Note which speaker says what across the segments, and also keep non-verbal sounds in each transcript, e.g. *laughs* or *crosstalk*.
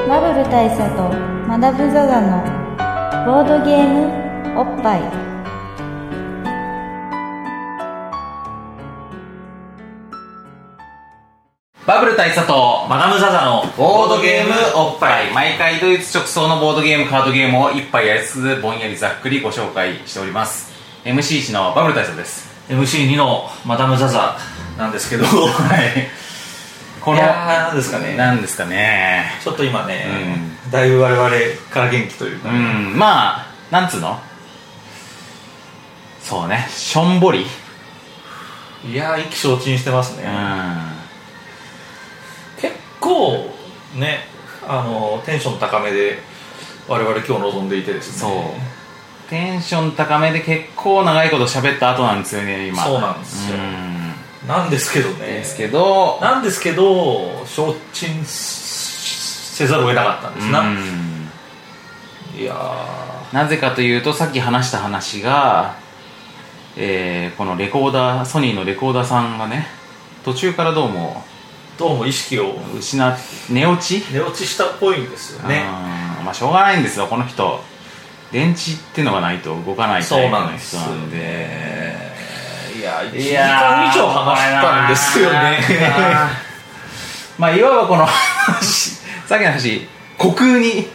Speaker 1: 大佐とマダム・ザ・ザのボードゲームおっぱい
Speaker 2: バブル大佐と
Speaker 3: マダム・ザ・ザの
Speaker 2: ボードゲームおっぱい毎回ドイツ直送のボードゲームカードゲームを一杯やりつつぼんやりざっくりご紹介しております MC1 のバブル大佐です
Speaker 3: MC2 のマダム・ザ・ザなんですけど
Speaker 2: はいこ
Speaker 3: い
Speaker 2: の
Speaker 3: やーなんですかね
Speaker 2: なんですかね
Speaker 3: ちょっと今ね、だいぶ我々から元気という
Speaker 2: う
Speaker 3: か、
Speaker 2: んまあなんつうのそうねしょんぼり
Speaker 3: いやー意気消沈してますね、
Speaker 2: う
Speaker 3: 結構ねあのテンション高めで我々今日臨んでいてです
Speaker 2: ん
Speaker 3: ね
Speaker 2: そうテンション高めで結構長いこと喋った後なんですよね今
Speaker 3: そうなんですよ
Speaker 2: うん
Speaker 3: なんですけどね
Speaker 2: ですけど
Speaker 3: なんですけど消沈せざるを得なかったんですな、
Speaker 2: うん
Speaker 3: いや
Speaker 2: なぜかというとさっき話した話が、えーこのレコーダーソニーのレコーダーさんがね途中からどうも
Speaker 3: ーどうも意識を
Speaker 2: 失っ寝落ち
Speaker 3: 寝落ちしたっぽいんですよね
Speaker 2: うんまあしょうがないんですよこの人電池っていうのがないと動かない
Speaker 3: そ
Speaker 2: タイ
Speaker 3: う
Speaker 2: プ
Speaker 3: なん
Speaker 2: の
Speaker 3: です
Speaker 2: 人
Speaker 3: よ
Speaker 2: なんで
Speaker 3: いや1
Speaker 2: い
Speaker 3: 時
Speaker 2: や
Speaker 3: 間
Speaker 2: ー
Speaker 3: 以上話したんですよね
Speaker 2: まあいわばこの話さっきの話虚空に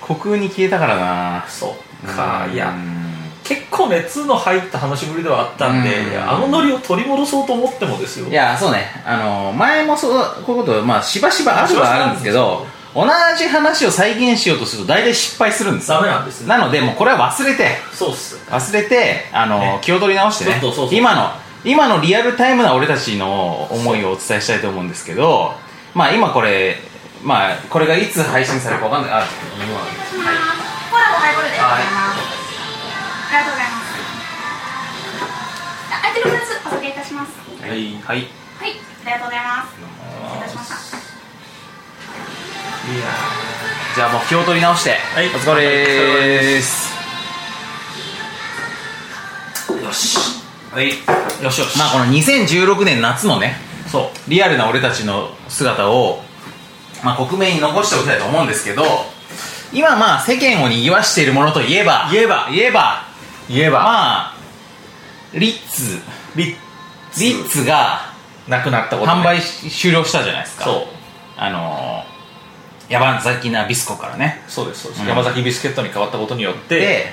Speaker 2: 虚空に消えたからな
Speaker 3: そっかいや
Speaker 2: うん
Speaker 3: 結構熱の入った話ぶりではあったんで、
Speaker 2: うん
Speaker 3: いやあのノリを取り戻そうと思ってもですよ
Speaker 2: いやそうねあの前もそうこういうことまあしばしばあるはあるんですけど同じ話を再現しようとすると大体失敗するんですよ
Speaker 3: ダメなんですね
Speaker 2: なのでもうこれは忘れて
Speaker 3: そうっす
Speaker 2: 忘れてあの、
Speaker 3: ね
Speaker 2: 気を取り直してね
Speaker 3: そうそうそう
Speaker 2: 今の今のリアルタイムな俺たちの思いをお伝えしたいと思うんですけどまあ今これまあこれがいつ配信されるかわかんないあ
Speaker 4: お願いします。コラボハイボールでございます。ありがとうございます。あ空いてる分数お下げいたします。
Speaker 3: は
Speaker 4: は
Speaker 3: い
Speaker 2: はい
Speaker 4: い、ありがとうございます。失礼いたしました。
Speaker 3: いや
Speaker 2: じゃあもう気を取り直して、
Speaker 3: い
Speaker 2: お疲れです
Speaker 3: ーよし
Speaker 2: はい
Speaker 3: よしよし
Speaker 2: まあこの2016年夏のね
Speaker 3: そう
Speaker 2: リアルな俺たちの姿を、まあ、国名に残しておきたいと思うんですけど今まあ世間を賑わしているものといえば
Speaker 3: 言えば
Speaker 2: 言えば
Speaker 3: 言えば、
Speaker 2: まあリッツリ
Speaker 3: リ
Speaker 2: ッツが
Speaker 3: なくなったことね
Speaker 2: 販売し終了したじゃないですか
Speaker 3: そう
Speaker 2: あのー、野蛮崎なビスコからね
Speaker 3: そうですそうです、
Speaker 2: うん
Speaker 3: 山崎ビスケットに変わったことによって
Speaker 2: で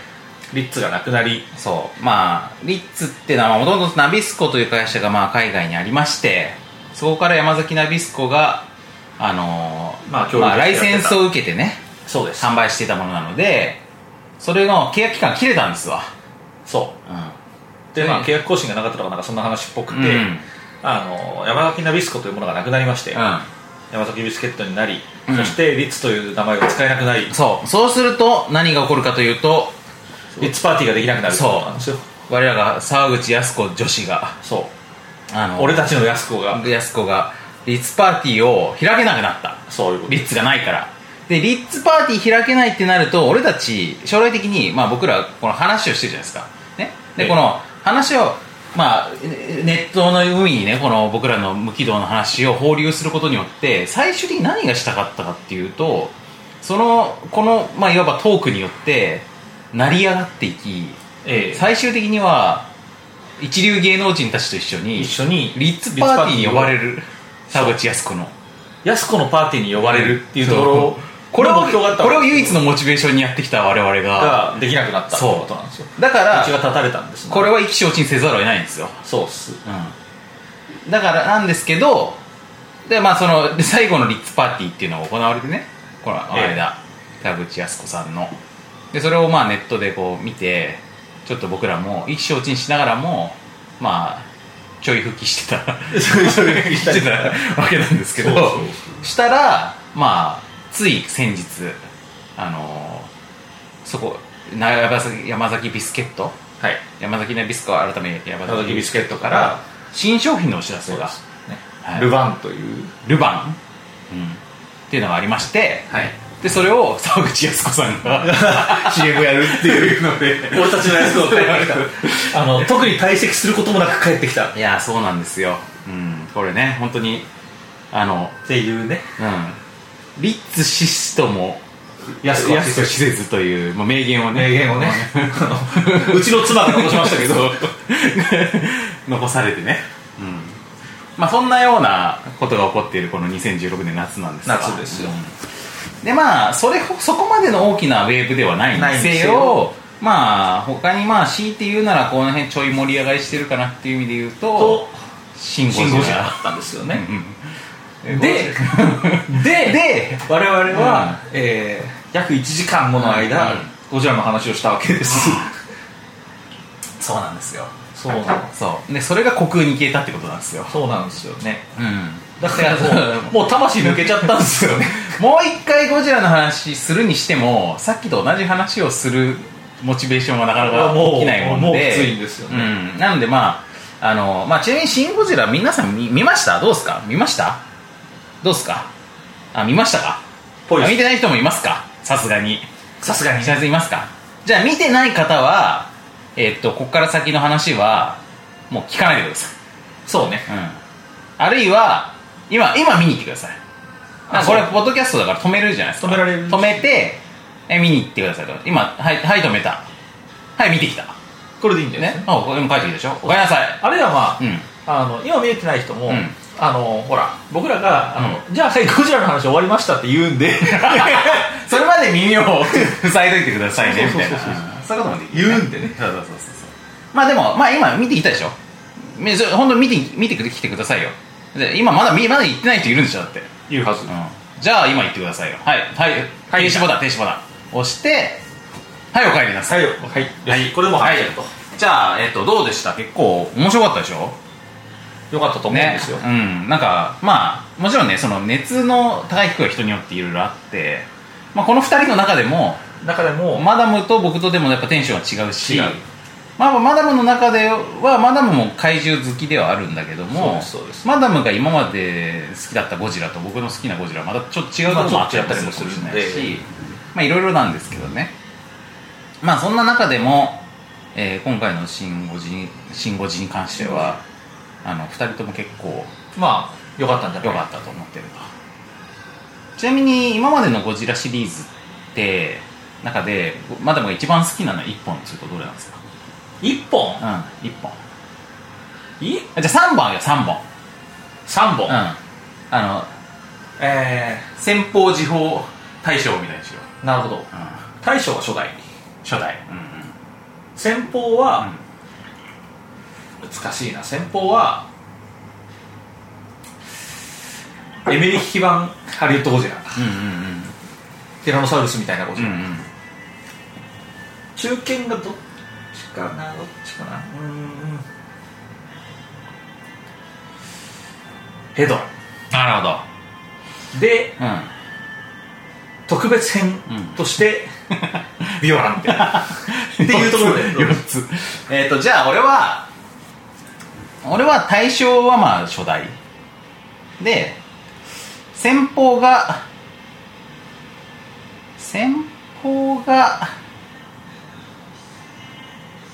Speaker 3: リッツがなくなり
Speaker 2: そうまあリッツってのはもともとナビスコという会社がまあ海外にありましてそこから山崎ナビスコがあのー
Speaker 3: まあ協力してやってた
Speaker 2: ライセンスを受けてね
Speaker 3: そうです
Speaker 2: 販売していたものなのでそれの契約期間切れたんですわ、
Speaker 3: そううで、ま
Speaker 2: ね
Speaker 3: あ、契約更新がなかったとかなんかそんな話っぽくて、
Speaker 2: ん、で、
Speaker 3: あの山崎ナビスコというものがなくなりまして、山崎ビスケットになり、
Speaker 2: うん
Speaker 3: そしてリッツという名前が使えなくなり
Speaker 2: うん、そうそうすると何が起こるかというと
Speaker 3: リッツパーティーができなくなる
Speaker 2: そう
Speaker 3: そうなんですよ
Speaker 2: 我らが沢口靖子女子が
Speaker 3: そう
Speaker 2: あの
Speaker 3: 俺たちの安子が
Speaker 2: 靖子がリッツパーティーを開けなくなった
Speaker 3: そういうこと
Speaker 2: リッツがないからでリッツパーティー開けないってなると俺たち将来的に、まあ、僕らこの話をしてるじゃないですか、ね、
Speaker 3: え
Speaker 2: で
Speaker 3: え
Speaker 2: この話を、まあ、えネットの海にねこの僕らの無軌道の話を放流することによって最終的に何がしたかったかっていうとそのこの、まあ、いわばトークによって成り上がっていき
Speaker 3: ええ
Speaker 2: 最終的には一流芸能人たちと一緒に
Speaker 3: 一緒に
Speaker 2: リッツパーティーに呼ばれる沢口靖子の
Speaker 3: 安子のパーティーに呼ばれるっていうところを
Speaker 2: *laughs* これを
Speaker 3: 目標があった
Speaker 2: これを唯一のモチベーションにやってきた我々が
Speaker 3: ができなくなったって
Speaker 2: そう
Speaker 3: ことなんですよ
Speaker 2: だか
Speaker 3: 道が
Speaker 2: ら
Speaker 3: 立たれたんですね
Speaker 2: これは意気消沈せざるを得ないんですよ、
Speaker 3: そうっす
Speaker 2: だからなんですけどで、まあ、そので最後のリッツパーティーっていうのが行われてねこの間、田口靖子さんのでそれをまあネットでこう見てちょっと僕らも意気消沈しながらもまあちょい吹きしてた
Speaker 3: *laughs* ち
Speaker 2: *laughs*
Speaker 3: ょい吹きしたり
Speaker 2: してたわけなんですけど
Speaker 3: そうそう
Speaker 2: したらまあつい先日あのーそこな山崎山崎ビスケット
Speaker 3: はい
Speaker 2: 山崎のビスコ改め山
Speaker 3: 山
Speaker 2: 崎
Speaker 3: 崎
Speaker 2: ビ
Speaker 3: ビ
Speaker 2: ス
Speaker 3: ス
Speaker 2: ケ
Speaker 3: ケ
Speaker 2: ッ
Speaker 3: ッ
Speaker 2: ト
Speaker 3: ト
Speaker 2: か
Speaker 3: からら
Speaker 2: 新商品のお知らせが
Speaker 3: ね
Speaker 2: はい
Speaker 3: ルヴァンという
Speaker 2: ルバン、うんっていうのがありまして、
Speaker 3: はい
Speaker 2: でそれ *laughs* を沢口靖子さん *laughs* が CM やるっていうので
Speaker 3: 俺たちの安子が帰ってきたあの特に退席することもなく帰ってきたっ
Speaker 2: いやそうなんですよ、うん、これね本当にあの
Speaker 3: ていうね
Speaker 2: うんリッツシストも
Speaker 3: 安くは
Speaker 2: 安くは施設という、まあ、名言をね
Speaker 3: 名言をね *laughs* うちの妻が残しましたけど
Speaker 2: *laughs* 残されてね、うんまあ、そんなようなことが起こっているこの2016年夏なんですが
Speaker 3: 夏ですよ
Speaker 2: うんでまあそれほそこまでの大きなウェーブではない
Speaker 3: ない
Speaker 2: ん
Speaker 3: ん
Speaker 2: で
Speaker 3: ですす
Speaker 2: よ
Speaker 3: よ
Speaker 2: まあ他にまあ強いて言うならこの辺ちょい盛り上がりしてるかなっていう意味で言うと
Speaker 3: と
Speaker 2: 信号
Speaker 3: 信号車
Speaker 2: 車
Speaker 3: だったんですよね
Speaker 2: うん
Speaker 3: *laughs* で
Speaker 2: でで
Speaker 3: 我々は、えー約1時間もの間、
Speaker 2: うんうん
Speaker 3: ゴジラの話をしたわけです、
Speaker 2: そうなんですよ
Speaker 3: そうなん
Speaker 2: そうでそれが虚空に消えたってことなんですよ
Speaker 3: そうなんですよね
Speaker 2: うん
Speaker 3: だからも *laughs* うもう魂抜けちゃったんですよね
Speaker 2: もう一回ゴジラの話するにしてもさっきと同じ話をするモチベーションはなかなか
Speaker 3: もう
Speaker 2: 起きないもんで
Speaker 3: もうきついんですよ
Speaker 2: うん、なのでまああの、まあ、ちなみに「シン・ゴジラ」皆さん見見ましたどうですか見ましたどうですかあ見ましたか
Speaker 3: ぽい
Speaker 2: あ
Speaker 3: です
Speaker 2: 見てない人もいますかさすがに
Speaker 3: さすがに
Speaker 2: さすいますかじゃあ見てない方はえっとここから先の話はもう聞かないでください
Speaker 3: そうね
Speaker 2: うんあるいは今今見に行ってくださいなんかこれ
Speaker 3: そう
Speaker 2: ポッドキャストだから止めれるじゃないですか
Speaker 3: 止められる
Speaker 2: 止めてえ見に行ってくださいと今はい、はい、止めたはい見てきた
Speaker 3: これでいいんだよね
Speaker 2: ねあこれも書いてきたでしょおかえりなさい
Speaker 3: あるいはまあ,、 *laughs*
Speaker 2: うん
Speaker 3: あの今見えてない人も、
Speaker 2: うん
Speaker 3: あのほら僕らがあの、じゃあはいゴジラの話終わりましたって言うんで
Speaker 2: それまで耳を塞いどいてくださいねみ
Speaker 3: そう
Speaker 2: たいなそ
Speaker 3: そうそうそう
Speaker 2: ういうこともでき
Speaker 3: 言うん
Speaker 2: で
Speaker 3: でね
Speaker 2: そうそうそうそうまあでもまあ今見てきたでしょみそ本当見て見てきてくださいよで今まだ見まだ行ってない人いるんでしょだって
Speaker 3: *laughs* 言うはず、
Speaker 2: じゃあ今言ってくださいよはいはい停止ボタン停止ボタン押してはいお帰りなさい
Speaker 3: はいよはい、はい、これでも入っちゃうと、
Speaker 2: じゃあ、えっと、どうでした結構面白かったでしょ
Speaker 3: よかったと思うんですよ、
Speaker 2: うんなんかまあもちろんねその熱の高い低いは人によっていろいろあって、まあ、この2人の中でも
Speaker 3: 中でも、
Speaker 2: マダムと僕とでもやっぱテンションは違うし
Speaker 3: 違う
Speaker 2: まあ、マダムの中ではマダムも怪獣好きではあるんだけども
Speaker 3: そうですそうです
Speaker 2: マダムが今まで好きだったゴジラと僕の好きなゴジラはまたちょっと違うところもあったりもするし
Speaker 3: まあちょっと違ったりもするんで
Speaker 2: まあいろいろなんですけどねまあそんな中でも、えー今回のシンゴジに「シン・ゴジ」に関してはあの2人とも結構
Speaker 3: まあよかったんじゃない
Speaker 2: 良かったと思ってるとちなみに今までのゴジラシリーズって中でマダムが一番好きなのは1本っていうとどれなんですか
Speaker 3: 1本
Speaker 2: うん1本
Speaker 3: い
Speaker 2: あじゃあ3本よ3本
Speaker 3: 3本、
Speaker 2: うんあの
Speaker 3: え
Speaker 2: 先方時報大賞みたいにしよう、
Speaker 3: ー、なるほど大将は初代
Speaker 2: 初代うん
Speaker 3: 先方は、難しいな先方はエメリッヒ版ハリウッドゴジラ
Speaker 2: うんうんうん
Speaker 3: ティラノサウルスみたいなゴジ
Speaker 2: う
Speaker 3: ラ、
Speaker 2: んうん
Speaker 3: 中堅がどっちかなどっちかなうーんヘドラ
Speaker 2: なるほど
Speaker 3: で
Speaker 2: うん
Speaker 3: 特別編と *laughs* して、ビオランみたいなっていうところ *laughs* で
Speaker 2: 4つえっ、とじゃあ俺は俺は大賞はまあ初代で先方が先方が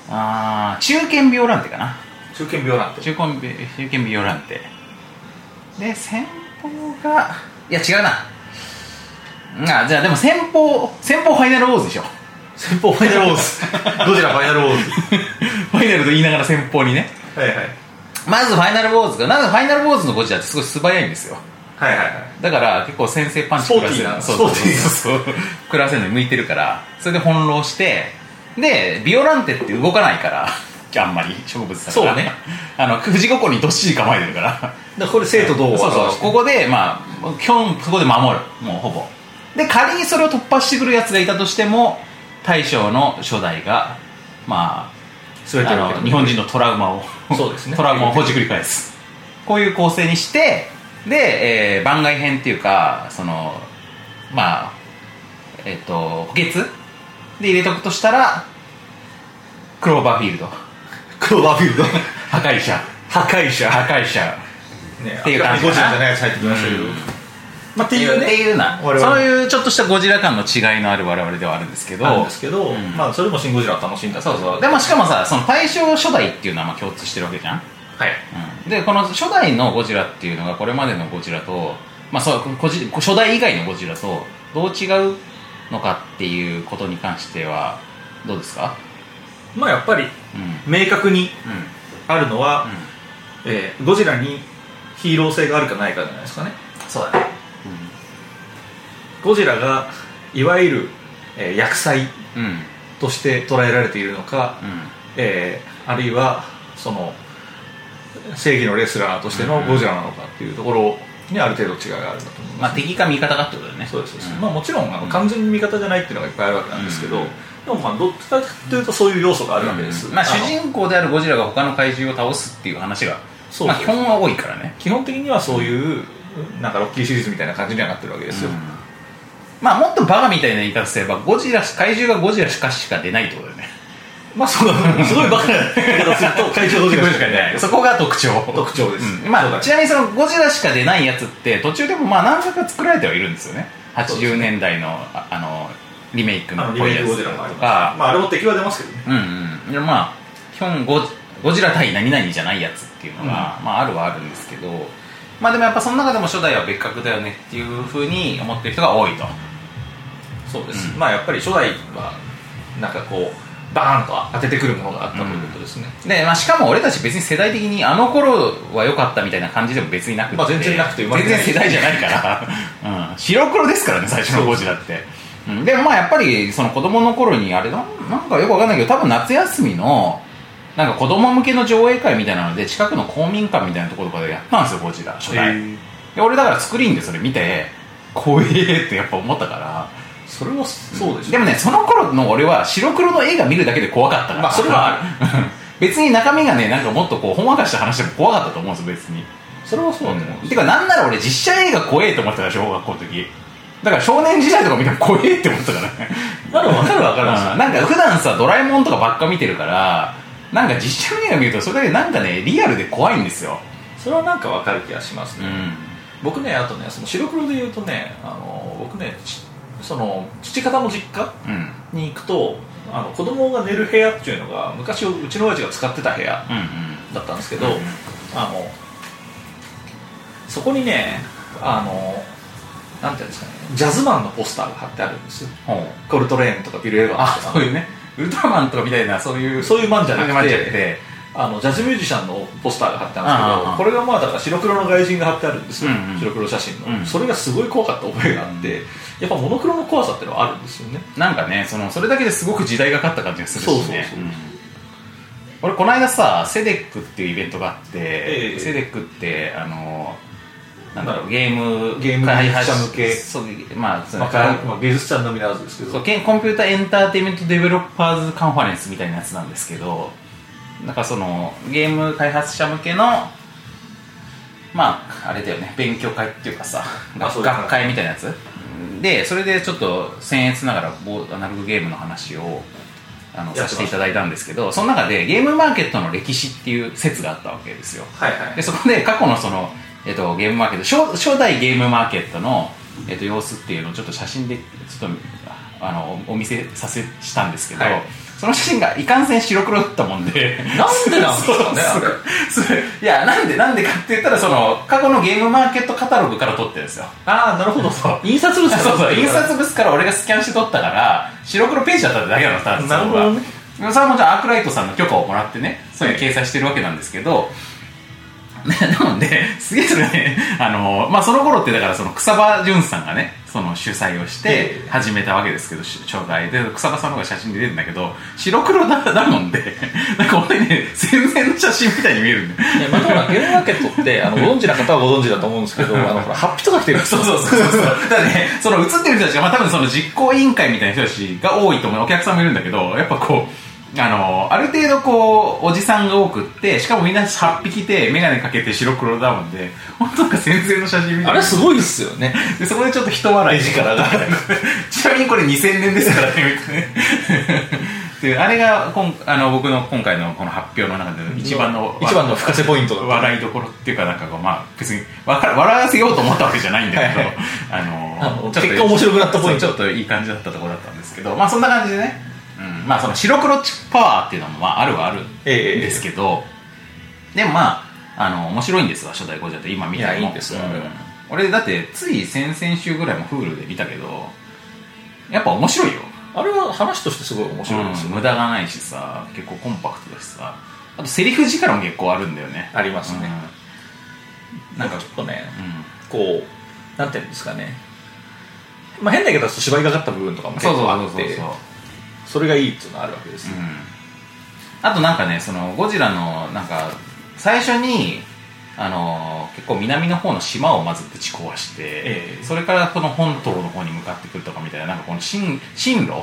Speaker 2: あー中堅ビオランテかな
Speaker 3: 中堅ビオランって
Speaker 2: 中堅ビ中堅ビオランテで先方がいや違うなあじゃあでも先方先方ファイナルウォーズでしょ
Speaker 3: 先方ファイナルウォーズどちらファイナルウォーズ
Speaker 2: ファイナルと言いながら先方にね
Speaker 3: はいはい
Speaker 2: まずファイナルウォーズがなぜファイナルウォーズのゴジラってすごい素早いんですよ
Speaker 3: はいはいはい
Speaker 2: だから結構先制パンチ食らせるの
Speaker 3: ス
Speaker 2: そ
Speaker 3: ポ
Speaker 2: う
Speaker 3: ーテ
Speaker 2: そう
Speaker 3: ィーな
Speaker 2: そうそう食らせるのに向いてるからそれで翻弄してでビオランテって動かないからあんまり植物だから
Speaker 3: そうね
Speaker 2: あの富士五湖にどっしり構えてるから
Speaker 3: だからこれ生と同を
Speaker 2: そうそうこ
Speaker 3: こ
Speaker 2: こでまあ基本そこで守るもうほぼで仮にそれを突破してくるやつがいたとしても大将の初代がまあ
Speaker 3: 全て
Speaker 2: あ
Speaker 3: を
Speaker 2: の日本人のトラウマを
Speaker 3: そうですね
Speaker 2: トラウマをほじくり返すこういう構成にしてで、えー番外編っていうかそのまあえっ、と補欠で入れとくとしたらクローバーフィールド
Speaker 3: クローバーフィールド
Speaker 2: 破壊者
Speaker 3: 破壊者
Speaker 2: 破壊者
Speaker 3: ね
Speaker 2: っていう感じ
Speaker 3: ゴジラじゃないやつ入ってきましたけど、
Speaker 2: うん
Speaker 3: まあって
Speaker 2: って
Speaker 3: いうね
Speaker 2: いうな
Speaker 3: 我々
Speaker 2: そういうちょっとしたゴジラ感の違いのある我々ではあるんですけど
Speaker 3: なんですけど、
Speaker 2: うん
Speaker 3: まあそれも「シン・ゴジラ」楽しんだ
Speaker 2: そうそうでもしかもさその大正初代っていうのはまあ共通してるわけじゃん
Speaker 3: はい
Speaker 2: うんでこの初代のゴジラっていうのがこれまでのゴジラとまあ、そうこじ初代以外のゴジラとどう違うのかっていうことに関してはどうですか
Speaker 3: まあやっぱり
Speaker 2: うんうん
Speaker 3: 明確にあるのは、
Speaker 2: うん
Speaker 3: えーゴジラにヒーロー性があるかないかじゃないですかね
Speaker 2: そうだね
Speaker 3: ゴジラがいわゆる、えー、薬剤
Speaker 2: うんうん
Speaker 3: として捉えられているのか、えーあるいはその正義のレスラーとしてのゴジラなのかっていうところにある程度違いがあるんだと思い
Speaker 2: うんま
Speaker 3: ま、
Speaker 2: すあ敵か味方かってことだよね
Speaker 3: そうですそうです
Speaker 2: ん
Speaker 3: まあ、もちろんあの完全に味方じゃないっていうのがいっぱいあるわけなんですけど、
Speaker 2: うん
Speaker 3: でもまあどっちかというとそういう要素があるわけです、
Speaker 2: うんまあ、
Speaker 3: あの
Speaker 2: 主人公であるゴジラが他の怪獣を倒すっていう話が
Speaker 3: そう
Speaker 2: まあ、基本は多いからね
Speaker 3: 基本的にはそういうなんかロッキーシリーズみたいな感じにはなってるわけですよ、
Speaker 2: うんまあもっとバカみたいな言い方すればゴジラ怪獣がゴジラしかしか出ないってことだよね
Speaker 3: まあそうだすごいバカな言い方すると会長ゴジラしかいない
Speaker 2: そこが特徴
Speaker 3: 特徴です
Speaker 2: うんま
Speaker 3: そう
Speaker 2: あ、
Speaker 3: だ
Speaker 2: ちなみにそのゴジラしか出ないやつって途中でもまあ何作か作られてはいるんですよね
Speaker 3: そうです
Speaker 2: 80年代のああのリメイク
Speaker 3: あ
Speaker 2: の
Speaker 3: の
Speaker 2: こう
Speaker 3: リメ
Speaker 2: い
Speaker 3: イ
Speaker 2: うや
Speaker 3: クゴ
Speaker 2: つ
Speaker 3: ジラ
Speaker 2: と
Speaker 3: もあります
Speaker 2: か
Speaker 3: まああれも敵は出ますけどね
Speaker 2: うんうんでまあ基本ゴジゴジラ対何々じゃないやつっていうのが、まああるはあるんですけどまあでもやっぱその中でも初代は別格だよねっていうふうに思ってる人が多いと
Speaker 3: そうで
Speaker 2: う
Speaker 3: まあやっぱり初代はなんかこうバーンと当ててくるものがあったということですね、
Speaker 2: で、まあ、しかも俺たち別に世代的にあの頃は良かったみたいな感じでも別になくて、
Speaker 3: まあ全然なくて生まれて
Speaker 2: 全
Speaker 3: ない
Speaker 2: 然世代じゃない
Speaker 3: *laughs*
Speaker 2: から、うん、白黒ですからね最初のゴジラってうんでもまあやっぱりその子供の頃にあれななんかよくわかんないけど多分夏休みのなんか子供向けの上映会みたいなので近くの公民館みたいなところとかでやったんですよゴジラ初代、
Speaker 3: へえ
Speaker 2: で俺だからスクリーンでそれ見て怖えってやっぱ思ったから
Speaker 3: それはそうでしょ、
Speaker 2: でもねその頃の俺は白黒の映画見るだけで怖かったから、
Speaker 3: まあそれはある
Speaker 2: うん別に中身がねなんかもっとこうほんわかした話でも怖かったと思うんですよ別に、
Speaker 3: それはそうだと思うん
Speaker 2: う
Speaker 3: で
Speaker 2: ん、
Speaker 3: す
Speaker 2: て
Speaker 3: よ
Speaker 2: かなんなら俺実写映画怖えと思ってたから小学校の時だから少年時代とか見ても怖えって思ってたからね
Speaker 3: まだ分かる分かるんですよ
Speaker 2: うんなんか普段さドラえもんとかばっか見てるからなんか実写映画見るとそれだけなんかねリアルで怖いんですよ
Speaker 3: それはなんか分かる気がします
Speaker 2: う
Speaker 3: ね、
Speaker 2: ん
Speaker 3: 僕ねあとねその白黒で言うとねあの僕ねちその父方の実家
Speaker 2: うん
Speaker 3: に行くとあの子供が寝る部屋っていうのが昔うちの親父が使ってた部屋
Speaker 2: うん
Speaker 3: だったんですけど、
Speaker 2: うんうん
Speaker 3: あのそこにねあのなんていうんですかねジャズマンのポスターが貼ってあるんですよ
Speaker 2: ほう
Speaker 3: コルトレーンとかビル・エヴァン
Speaker 2: あ
Speaker 3: スと
Speaker 2: そういうねウルトラマンとかみたいなそういう
Speaker 3: かそういうマンじゃな
Speaker 2: マン
Speaker 3: くて
Speaker 2: じゃなくて
Speaker 3: あのジャズミュージシャンのポスターが貼ってあるんですけ
Speaker 2: ああ
Speaker 3: どこれがまあだから白黒の外人が貼ってあるんですよ、
Speaker 2: うんうん
Speaker 3: 白黒写真の、
Speaker 2: うん
Speaker 3: それがすごい怖かった覚えがあってやっぱモノクロの怖さっていうのはあるんですよね
Speaker 2: なんかねそのそれだけですごく時代がかった感じがするしね
Speaker 3: そうそうそう
Speaker 2: うん俺この間さセデックっていうイベントがあって、
Speaker 3: ええ
Speaker 2: セデックってあのなんだろ
Speaker 3: ま
Speaker 2: う
Speaker 3: あ
Speaker 2: ゲーム
Speaker 3: ゲーム
Speaker 2: 開発
Speaker 3: 者向け
Speaker 2: そうまあその
Speaker 3: まあかまあ、芸術者のみならずですけ
Speaker 2: そ
Speaker 3: ど
Speaker 2: うけんコンピュータエンターテインメントデベロッパーズカンファレンスみたいなやつなんですけどなんかそのゲーム開発者向けのまああれだよね勉強会っていうかさ
Speaker 3: あそう
Speaker 2: 学学会みたいなやつでそれでちょっと僭越ながらボーアナログゲームの話をあの
Speaker 3: やってました
Speaker 2: させていただいたんですけどその中でゲームマーケットの歴史っていう説があったわけですよ
Speaker 3: はいはい
Speaker 2: でそこで過去のその、えっとゲームマーケット初初代ゲームマーケットの、えっと様子っていうのをちょっと写真でちょっとあのお見せさせしたんですけど、
Speaker 3: はい
Speaker 2: その写真がいかんせん白黒だったもんで
Speaker 3: なんでなんですかね
Speaker 2: *laughs* そうそうそういやなんでなんでかって言ったらその過去のゲームマーケットカタログから撮ってるんですよ
Speaker 3: ああなるほどそう印刷物
Speaker 2: そう *laughs* そう印刷物から俺がスキャンして撮ったから白黒ページだっただけなのただ
Speaker 3: なるほどね
Speaker 2: それはそれはもちろんアークライトさんの許可をもらってねそういう掲載してるわけなんですけど、 *laughs* ねなのですげえそれねあの、まあ、その頃ってだからその草場淳さんがねその主催をして
Speaker 3: ええ
Speaker 2: 始めたわけですけどし紹介で草場さんの方が写真で出るんだけど白黒だだもんで *laughs* なんか俺ね戦前の写真みたいに見えるんだよ
Speaker 3: ねまたほらゲームマーケットってあのご存知な方はご存知だと思うんです
Speaker 2: *laughs*
Speaker 3: けどあのほらハッピとか来てるんです
Speaker 2: そうそうそうそう。だからね、その映ってる人たちが、まあ多分その実行委員会みたいな人たちが多いと思う。お客さんもいるんだけど、やっぱこう、あの、ある程度こう、おじさんが多くって、しかもみんな8匹で、メガネかけて白黒だもんで、本当なんか先生の写真みた
Speaker 3: あ
Speaker 2: い
Speaker 3: れ
Speaker 2: な。
Speaker 3: すごいっすよね
Speaker 2: で、そこでちょっと人笑い。
Speaker 3: 目力が
Speaker 2: ちなみにこれ2000年ですからね、みたいな。で、あれが今、あの、僕の今回のこの発表の中での一番の、
Speaker 3: 一番の深瀬ポイントだった
Speaker 2: 笑いどころっていうかなんかこうまあ別にわか笑わせようと思ったわけじゃないんだけど、
Speaker 3: はい
Speaker 2: あの
Speaker 3: あの結果面白くなったポイント
Speaker 2: そうちょっといい感じだったところだったんですけどまあそんな感じでね、うん、まあその白黒チッパワーっていうのもまああるはあるん
Speaker 3: ええ
Speaker 2: ですけど、でもまああの面白いんですわ初代ゴジラって今見ても
Speaker 3: いやいいんですよ
Speaker 2: うん
Speaker 3: あれは
Speaker 2: 俺だってつい先々週ぐらいも Hulu で見たけどやっぱ面白いよ、
Speaker 3: あれは話としてすごい面白いです
Speaker 2: う
Speaker 3: よ、
Speaker 2: ん無駄がないしさ結構コンパクトだしさあとセリフ力も結構あるんだよね
Speaker 3: ありますね、
Speaker 2: うんな
Speaker 3: な
Speaker 2: んん
Speaker 3: か
Speaker 2: か
Speaker 3: ちょっとね
Speaker 2: うん
Speaker 3: こうなんていうんですかねまあ変だけどちょっと芝居がかった部分とかも結
Speaker 2: そうそう
Speaker 3: 構
Speaker 2: そ
Speaker 3: あ
Speaker 2: う
Speaker 3: っ
Speaker 2: そう
Speaker 3: て
Speaker 2: そう
Speaker 3: それがいいっていうのはあるわけですよ、
Speaker 2: あとなんかねそのゴジラのなんか最初にあの結構南の方の島をまずぶち壊して、
Speaker 3: ええ
Speaker 2: それからこの本島の方に向かってくるとかみたいななんかこの進進路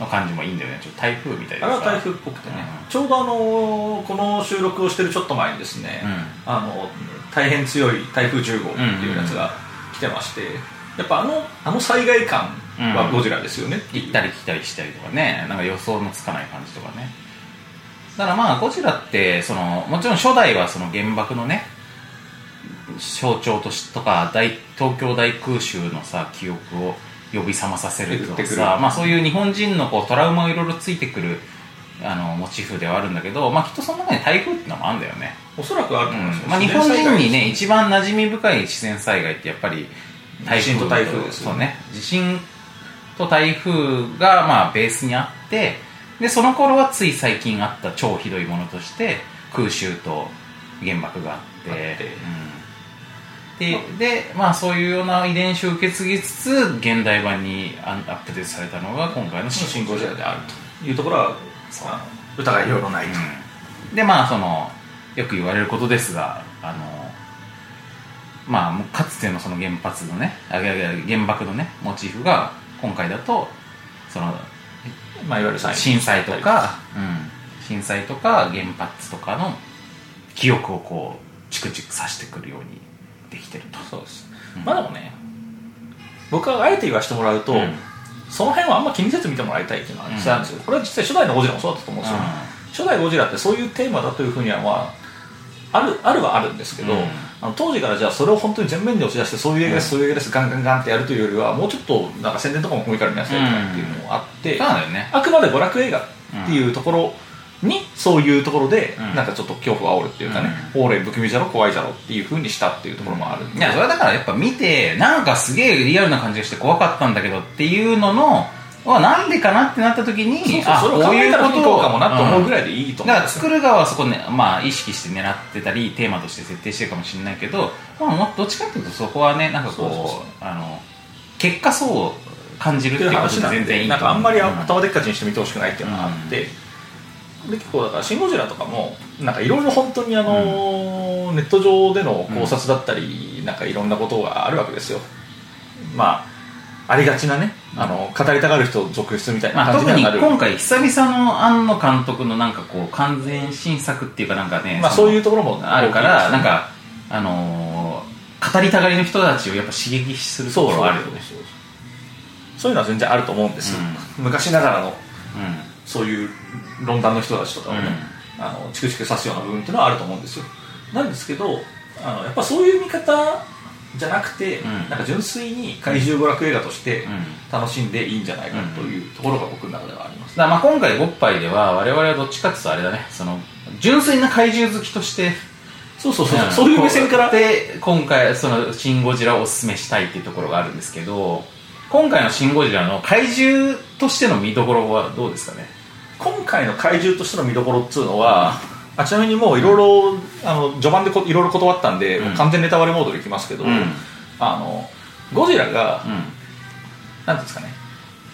Speaker 2: の感じもいいんだよねちょっと台風みたいで
Speaker 3: あ
Speaker 2: さ
Speaker 3: れは台風っぽくてね、
Speaker 2: うん
Speaker 3: ちょうどあのーこの収録をしてるちょっと前にですね、あの大変強い台風10号っていうやつが来てまして、やっぱあのあの災害感はゴジラですよねっていう
Speaker 2: 行ったり来たりしたりとかねなんか予想のつかない感じとかねだからまあゴジラってそのもちろん初代はその原爆のね象徴としとか大東京大空襲のさ記憶を呼び覚まさせると
Speaker 3: 出
Speaker 2: か
Speaker 3: てくる
Speaker 2: さ、まあ、そういう日本人のこうトラウマをいろいろついてくるあのモチーフではあるんだけど、まあ、きっとその中に台風ってのもあるんだよね
Speaker 3: おそらくあると思いますよ、
Speaker 2: まあ、日本人にね一番馴染み深い自然災害ってやっぱり台
Speaker 3: 地震
Speaker 2: 風
Speaker 3: と台風ですよ
Speaker 2: そうね地震と台風がまあベースにあってでその頃はつい最近あった超ひどいものとして空襲と原爆があって
Speaker 3: あって
Speaker 2: うん、ででまあそういうような遺伝子を受け継ぎつつ現代版にアンアップデートされたのが今回の
Speaker 3: 新
Speaker 2: 新
Speaker 3: 進
Speaker 2: ゴ
Speaker 3: ゴ
Speaker 2: ジ
Speaker 3: ジ
Speaker 2: ラ
Speaker 3: ラ
Speaker 2: で
Speaker 3: で
Speaker 2: あ
Speaker 3: あ
Speaker 2: る
Speaker 3: る
Speaker 2: と。
Speaker 3: というところは
Speaker 2: そう
Speaker 3: あの疑いようのないと、
Speaker 2: うんでまあそのよく言われることですがあのまあもうかつてのその原発のねあいやいや原爆のねモチーフが今回だとその
Speaker 3: まあ、いわゆる災害
Speaker 2: 震災とか、うん、震災とか原発とかの記憶をこうチクチクさせてくるようにできてると
Speaker 3: そうです、
Speaker 2: うん
Speaker 3: まあでもね僕はあえて言わせてもらうと、
Speaker 2: うん
Speaker 3: その辺はあんま気にせず見てもらいたいっていうのは実際あるんですよ、これは実際初代のゴジラもそうだったと思うんですよ、初代ゴジラってそういうテーマだというふうにはまああるあるはあるんですけど、
Speaker 2: うん
Speaker 3: あの当時からじゃあそれを本当に全面に押し出してそういう映画です、そういう映画ですガンガンガンってやるというよりはもうちょっとなんか宣伝とかも込みから見なさいとかっていうのもあって、
Speaker 2: そうなんだよね
Speaker 3: あくまで娯楽映画っていうところに、そういうところで、
Speaker 2: うん
Speaker 3: なんかちょっと恐怖を煽るっていうかね、オーレ不気味じゃろ怖いじゃろっていうふうにしたっていうところもあるんで、
Speaker 2: いやそれはだからやっぱ見てなんかすげえリアルな感じがして怖かったんだけどっていうののはなんでかなってなった時に
Speaker 3: そうそう
Speaker 2: あ
Speaker 3: それを考えたら不
Speaker 2: こ
Speaker 3: 幸かもなと思うぐ
Speaker 2: い、
Speaker 3: らいでいいと
Speaker 2: うん
Speaker 3: 思
Speaker 2: だか
Speaker 3: うんで
Speaker 2: ら
Speaker 3: すよ
Speaker 2: 作る側はそこね、まあ、意識して狙ってたりテーマとして設定してるかもしれないけど、まあ、もうどっちかっていうとそこはねなんかこう
Speaker 3: そうそうそう
Speaker 2: あの結果そう感じる
Speaker 3: っ
Speaker 2: ってて
Speaker 3: い
Speaker 2: いううこと
Speaker 3: 話
Speaker 2: で
Speaker 3: なん
Speaker 2: 全然い
Speaker 3: で
Speaker 2: い
Speaker 3: なんかあんまり頭でっかちにして見てほしくないっていうのがあって、で結構だから「シン・ゴジラ」とかもなんかいろいろ本当にあの、ネット上での考察だったり、なんかいろんなことがあるわけですよまあありがちなねあの語りたがる人続出みたいな
Speaker 2: まあ、
Speaker 3: 感じ
Speaker 2: 特
Speaker 3: に
Speaker 2: に
Speaker 3: はなる、
Speaker 2: 今回久々の庵野監督のなんかこう完全新作っていうかなんかね、
Speaker 3: まあ、
Speaker 2: の
Speaker 3: そういうところも
Speaker 2: あるから、なん
Speaker 3: か
Speaker 2: か、あのー語りたがりの人たちをやっぱ刺激すると
Speaker 3: そう
Speaker 2: こ
Speaker 3: そ
Speaker 2: ろ
Speaker 3: う
Speaker 2: はあ
Speaker 3: ある
Speaker 2: るよ
Speaker 3: よね
Speaker 2: ね。
Speaker 3: そういうのは全然あると思うんですよ、昔ながらの
Speaker 2: う
Speaker 3: そういう論壇の人たちとかをね、あのチクチク刺すような部分っていうのはあると思うんですよなんですけどあのやっぱそういう見方じゃなくて、
Speaker 2: ん
Speaker 3: なんか純粋に怪獣娯楽映画として
Speaker 2: ん。うん。
Speaker 3: 楽しんでいいんじゃないかというところが僕の中ではあります、
Speaker 2: だからまあ今回、ゴッパイでは、我々はどっちかっていうとあれだね、その、純粋な怪獣好きとして、
Speaker 3: そうそうそう、
Speaker 2: ん
Speaker 3: そういう目線から
Speaker 2: で、今回、その、シン・ゴジラをおすすめしたいっていうところがあるんですけど、今回のシン・ゴジラの怪獣としての見どころはどうですかね
Speaker 3: 今回の怪獣としての見どころっつうのは、あちなみにもういろいろあの序盤でこいろいろ断ったんで、
Speaker 2: うん
Speaker 3: もう完全ネタバレモードでいきますけど、
Speaker 2: うん
Speaker 3: あのゴジラが、なんていうんですかね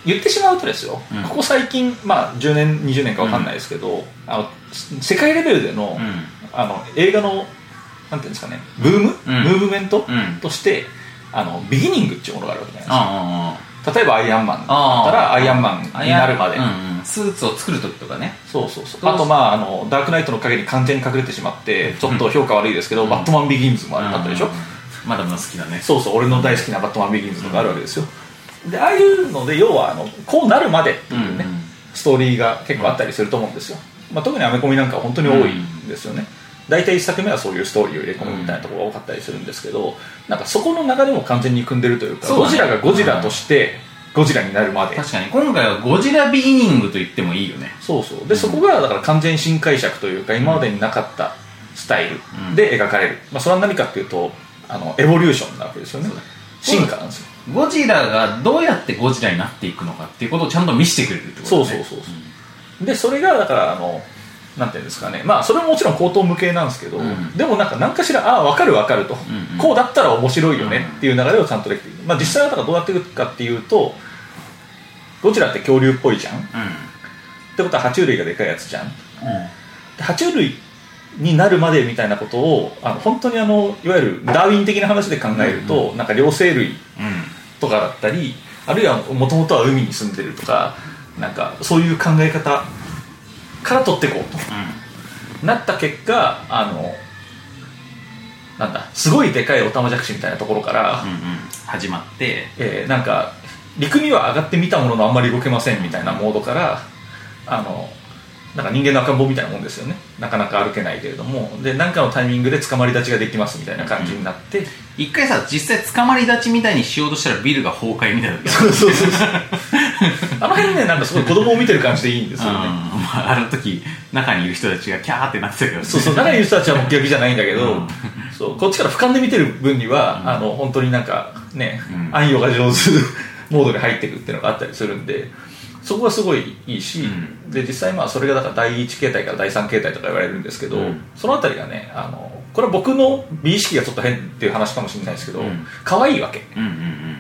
Speaker 3: 言ってしまうとですよ、
Speaker 2: うん
Speaker 3: ここ最近、まあ、10年20年かわかんないですけど、あの世界レベルでの,、
Speaker 2: うん。
Speaker 3: あの映画のなんていうんですかねブーム、
Speaker 2: ん
Speaker 3: ムーブメント、
Speaker 2: うん
Speaker 3: としてあのビギニングっていうものがあるわけじゃない
Speaker 2: ああ。
Speaker 3: ですか例えばアイアンマンだ
Speaker 2: ああ
Speaker 3: ったらアイアンマンになるまで、
Speaker 2: うんうんスーツを作るときとかね。
Speaker 3: そうそうそう
Speaker 2: そう
Speaker 3: あとまああのダークナイトの陰に完全に隠れてしまってちょっと評価悪いですけど、
Speaker 2: うん
Speaker 3: バットマンビギンズもあったでしょ、
Speaker 2: うんマダムの好きだね。
Speaker 3: そうそう俺の大好きなバットマンビギンズとかあるわけですよ、でああいうので要はあのこうなるまでっていうね、
Speaker 2: うんうん
Speaker 3: ストーリーが結構あったりすると思うんですよ、まあ、特にアメコミなんかは本当に多いんですよね、大体1作目はそういうストーリーを入れ込むみたいなところが多かったりするんですけど、なんかそこの流れも完全に組んでるというか
Speaker 2: そうだね
Speaker 3: ゴジラがゴジラとしてゴジラになるまで、
Speaker 2: 確かに今回はゴジラビギニングと言ってもいいよね
Speaker 3: そうそうで、そこがだから完全新解釈というか今までになかったスタイルで描かれる、まあ、それは何かっていうとあのエボリューションなわけですよね
Speaker 2: そうだ
Speaker 3: 進化なんですよ
Speaker 2: ゴジラがどうやってゴジラになっていくのかっていうことをちゃんと見せてくれるってこと
Speaker 3: そう
Speaker 2: ね
Speaker 3: そうそうそうでそれがだからあのなんていうんですかねまあそれももちろん口頭無形なんですけど、
Speaker 2: うん
Speaker 3: でもなんか何かしらああ分かる分かると、
Speaker 2: んうん
Speaker 3: こうだったら面白いよねっていう流れをちゃんとできている、まあ、実際はだからどうやっていくかっていうとどちらって恐竜っぽいじゃ
Speaker 2: う
Speaker 3: んっ
Speaker 2: ん、
Speaker 3: てことは爬虫類がでかいやつじゃん
Speaker 2: うん
Speaker 3: で爬虫類になるまでみたいなことをあの本当にあのいわゆるダーウィン的な話で考えると、なんか両生類
Speaker 2: う
Speaker 3: とかだったりあるいはもともとは海に住んでるとかなんかそういう考え方から取っていこうとなった結果あのなんだすごいでかいオタマジャクシみたいなところから、
Speaker 2: んうんうん始まって
Speaker 3: えーなんか陸には上がってみたもののあんまり動けませんみたいなモードからあのなんか人間の赤ん坊みたいなもんですよねなかなか歩けないけれどもで何かのタイミングで捕まり立ちができますみたいな感じになって、
Speaker 2: 一回さ実際捕まり立ちみたいにしようとしたらビルが崩壊みたいな
Speaker 3: そうそうそうそう *laughs* あの辺ねなんかすごい子供を見てる感じでいいんですよ
Speaker 2: うん
Speaker 3: ね、
Speaker 2: まあ、あの時中にいる人たちがキャーってなってたけどね
Speaker 3: そうそう、中にいる人たちは目撃じゃないんだけど、
Speaker 2: うん
Speaker 3: そうこっちから俯瞰で見てる分には、あの本当になんかね、
Speaker 2: うん
Speaker 3: 暗用が上手 *laughs* モードに入ってくっていうのがあったりするんで、そこはすごいいいし、
Speaker 2: うん
Speaker 3: で実際まあそれがだから第1形態から第3形態とか言われるんですけど、
Speaker 2: うん
Speaker 3: そのあたりがねあのこれは僕の美意識がちょっと変っていう話かもしれないですけど、
Speaker 2: うん
Speaker 3: 可愛いわけ
Speaker 2: うんうんうん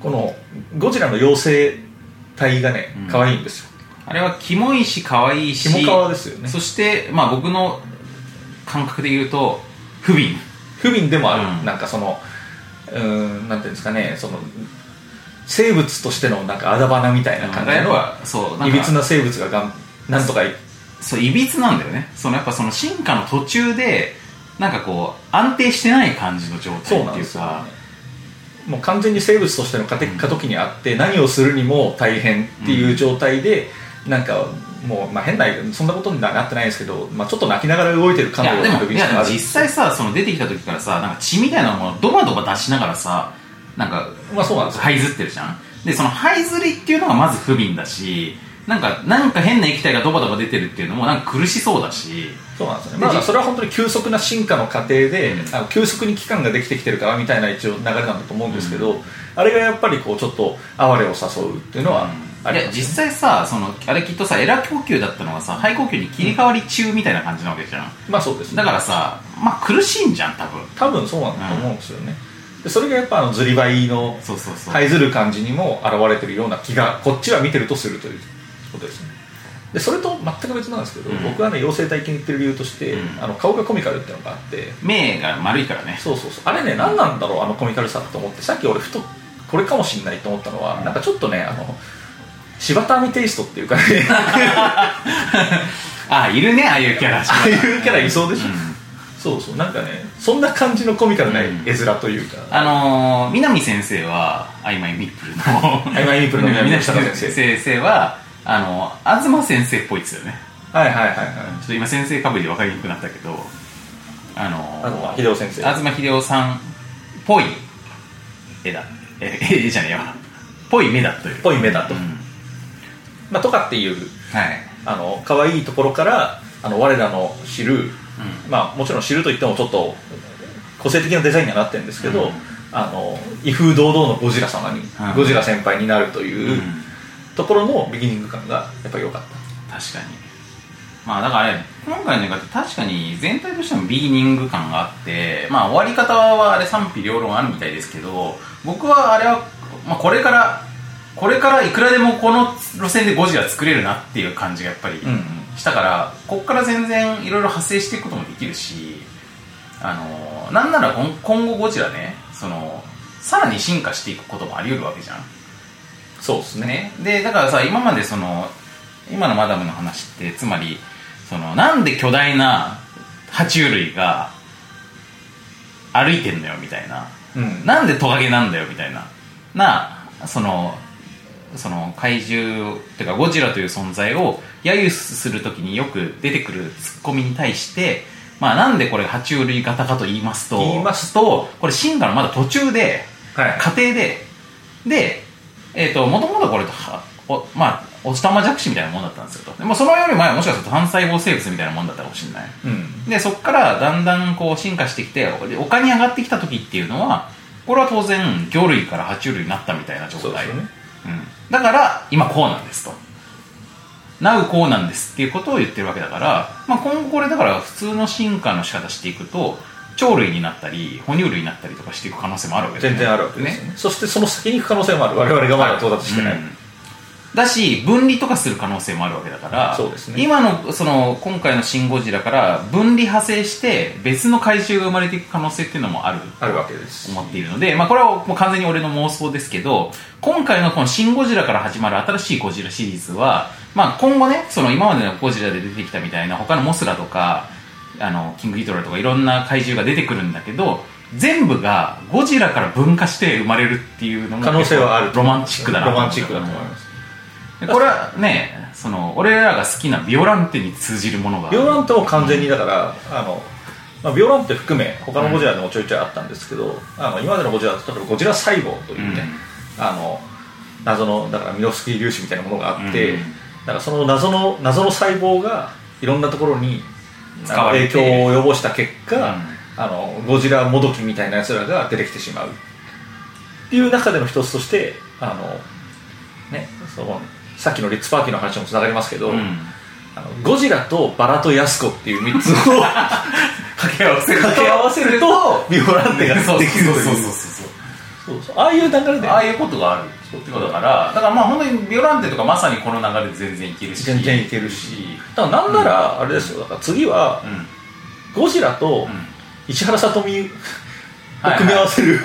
Speaker 3: このゴジラの妖精体がね
Speaker 2: うん
Speaker 3: 可愛いんですよ、
Speaker 2: あれはキモいし可愛いし
Speaker 3: キモカワですよね
Speaker 2: そしてまあ僕の感覚で言うと不憫
Speaker 3: 不憫でもある、
Speaker 2: うん
Speaker 3: なんかそのうーんなんていうんですかねその生物としてのなんかあだ花みたいな感じ
Speaker 2: やっ
Speaker 3: の
Speaker 2: ぱそうなん
Speaker 3: い
Speaker 2: か
Speaker 3: びつな生物ががんなんとかい
Speaker 2: そういびつなんだよねそのやっぱその進化の途中でなんかこう安定してない感じの状態って
Speaker 3: そ
Speaker 2: いうう
Speaker 3: なん
Speaker 2: か
Speaker 3: ですよ、ね、もう完全に生物としての過程過渡期にあって何をするにも大変っていう状態で、なんかもう、まあ、変なそんなことにはなってないですけど、まあ、ちょっと泣きながら動いてる
Speaker 2: い
Speaker 3: 感
Speaker 2: や
Speaker 3: 度
Speaker 2: で
Speaker 3: が
Speaker 2: もいやでも実際さその出てきた時からさなんか血みたいなものをドバドバ出しながらさなんか
Speaker 3: まあそうなんですよ
Speaker 2: 這いずってるじゃんでその這いずりっていうのがまず不憫だしなんかなんか変な液体がドバドバ出てるっていうのもなんか苦しそうだし
Speaker 3: そうなんですよね、
Speaker 2: で
Speaker 3: ま
Speaker 2: じ
Speaker 3: あ、それは本当に急速な進化の過程で、
Speaker 2: うん
Speaker 3: あの急速に期間ができてきてるからみたいな一応流れなんだと思うんですけど、あれがやっぱりこうちょっと哀れを誘うっていうのはあ
Speaker 2: い
Speaker 3: り
Speaker 2: や
Speaker 3: ますね
Speaker 2: 実際さそのあれきっとさエラ呼吸だったのがさ肺呼吸に切り替わり中みたいな感じなわけじゃん、
Speaker 3: まあそうですね
Speaker 2: だからさまあ苦しいんじゃん多分
Speaker 3: 多分そうなんだと思うんですよね、でそれがやっぱあのずりばいの
Speaker 2: そうそうそう、
Speaker 3: 這いずる感じにも表れてるような気がこっちは見てるとするということですねでそれと全く別なんですけど、
Speaker 2: うん
Speaker 3: 僕はね妖精体気に入ってる理由として、
Speaker 2: うん
Speaker 3: あの顔がコミカルっていうのがあって
Speaker 2: 目が丸いからね
Speaker 3: そうそうそうあれね何なんだろうあのコミカルさと思ってさっき俺ふとこれかもしんないと思ったのは、なんかちょっとねあの柴田亜美テイストって *laughs* いうかね
Speaker 2: あいるねああいうキャラ
Speaker 3: ああいうキャラいそうでしょ、
Speaker 2: うん
Speaker 3: そうそうなんかねそんな感じのコミカルな絵面というか、
Speaker 2: あのー、南先生は、アイマイミップルの、
Speaker 3: アイマイミップルの
Speaker 2: 南
Speaker 3: 南
Speaker 2: 先
Speaker 3: 坂
Speaker 2: 生
Speaker 3: 先生
Speaker 2: 先生は、あのー、東先生っぽいですよね。
Speaker 3: はいはいはいはい
Speaker 2: ちょっと今先生かぶりで分かりにくくなったけど、あの
Speaker 3: あ
Speaker 2: ー、
Speaker 3: の秀夫先生
Speaker 2: 東秀夫さんっぽい絵だ。え、絵じゃねえわ。ぽい目だという。
Speaker 3: ぽい目だと、
Speaker 2: うん
Speaker 3: まあ、とかっていう
Speaker 2: はい。
Speaker 3: あの可愛いところからあの我らの知る、まあ、もちろん知るといってもちょっと個性的なデザインにはなってるんですけど、
Speaker 2: うん
Speaker 3: あの威風堂々のゴジラ様に、
Speaker 2: ん
Speaker 3: ゴジラ先輩になるとい
Speaker 2: うん
Speaker 3: う、ところのビギニング感がやっぱり良かった
Speaker 2: 確かにまあだからあれ今回の映画って確かに全体としてもビギニング感があってまあ終わり方はあれ賛否両論あるみたいですけど僕はあれは、まあ、これからこれからいくらでもこの路線でゴジラ作れるなっていう感じがやっぱり
Speaker 3: んうん
Speaker 2: したから、こっから全然いろいろ派生していくこともできるしあのなんなら今今後ゴジラねそのさらに進化していくこともあり得るわけじゃん
Speaker 3: そうですね
Speaker 2: ね、でだからさ今までその今のマダムの話ってつまりそのなんで巨大な爬虫類が歩いてんのよみたいな
Speaker 3: うん
Speaker 2: なんでトカゲなんだよみたいななそのその怪獣っていうかゴジラという存在を揶揄するときによく出てくるツッコミに対してまあなんでこれ爬虫類型かと言いますと
Speaker 3: 言います
Speaker 2: とこれ進化のまだ途中で
Speaker 3: はい
Speaker 2: 家庭ででえっ、ともともとこれはおまあオチタマジャクシみたいなもんだったんですよとでもそのより前はもしかすると単細胞生物みたいなもんだったかもしれない
Speaker 3: うん
Speaker 2: でそこからだんだんこう進化してきてで丘に上がってきた時っていうのはこれは当然魚類から爬虫類になったみたいな状
Speaker 3: そうで
Speaker 2: 態
Speaker 3: すよね
Speaker 2: うん、だから今こうなんですとなうこうなんですっていうことを言ってるわけだから、まあ、今後これだから普通の進化の仕方していくと鳥類になったり哺乳類になったりとかしていく可能性もあるわけだよ
Speaker 3: 全
Speaker 2: ね
Speaker 3: 然あるわけですよねそしてその先に行く可能性もある我々がまだ到達してない、
Speaker 2: うんだし分離とかする可能性もあるわけだから
Speaker 3: そうですね
Speaker 2: 今のその今回の「シン・ゴジラ」から分離派生して別の怪獣が生まれていく可能性っていうのもある
Speaker 3: あるわけです
Speaker 2: 思っているので、まあ、これはもう完全に俺の妄想ですけど今回のこの「シン・ゴジラ」から始まる新しいゴジラシリーズは、まあ、今後ねその今までのゴジラで出てきたみたいな他のモスラとかあのキングギドラとかいろんな怪獣が出てくるんだけど全部がゴジラから分化して生まれるっていうのも
Speaker 3: 可能性はある
Speaker 2: ロマンチックだなと
Speaker 3: ロ
Speaker 2: 思う
Speaker 3: マンチックだと思います
Speaker 2: でこれはねその俺らが好きなビオランテに通じるものが
Speaker 3: ビオランテも完全にだから、あのまあ、ビオランテ含め他のゴジラでもちょいちょいあったんですけど、あの今までのゴジラだと例えばゴジラ細胞というね、あの謎のだからミノフスキー粒子みたいなものがあって、
Speaker 2: うん
Speaker 3: だからその謎の謎の細胞がいろんなところに
Speaker 2: 使われて
Speaker 3: あの影響を及ぼした結果、
Speaker 2: うん
Speaker 3: あのゴジラもどきみたいなやつらが出てきてしまうっていう中での一つとしてあの、ね、そのさっきのリッツパーティーの話にもつながりますけど、
Speaker 2: うん
Speaker 3: あのゴジラとバラとヤスコっていう3つを
Speaker 2: 掛け合わせると
Speaker 3: 掛け合わせると *laughs* ビオランテが
Speaker 2: そう
Speaker 3: できる
Speaker 2: そう
Speaker 3: とい
Speaker 2: そうそう
Speaker 3: う
Speaker 2: そう
Speaker 3: そうそうああいう流れで
Speaker 2: ああいうことがあるってことだからだからまあ本当にビオランテとかまさにこの流れで全然いけるし
Speaker 3: 全然いけるしだからなんならあれですよだから次は
Speaker 2: うんうん
Speaker 3: ゴジラと石原さとみを
Speaker 2: はい
Speaker 3: 組み合わせる
Speaker 2: うんうん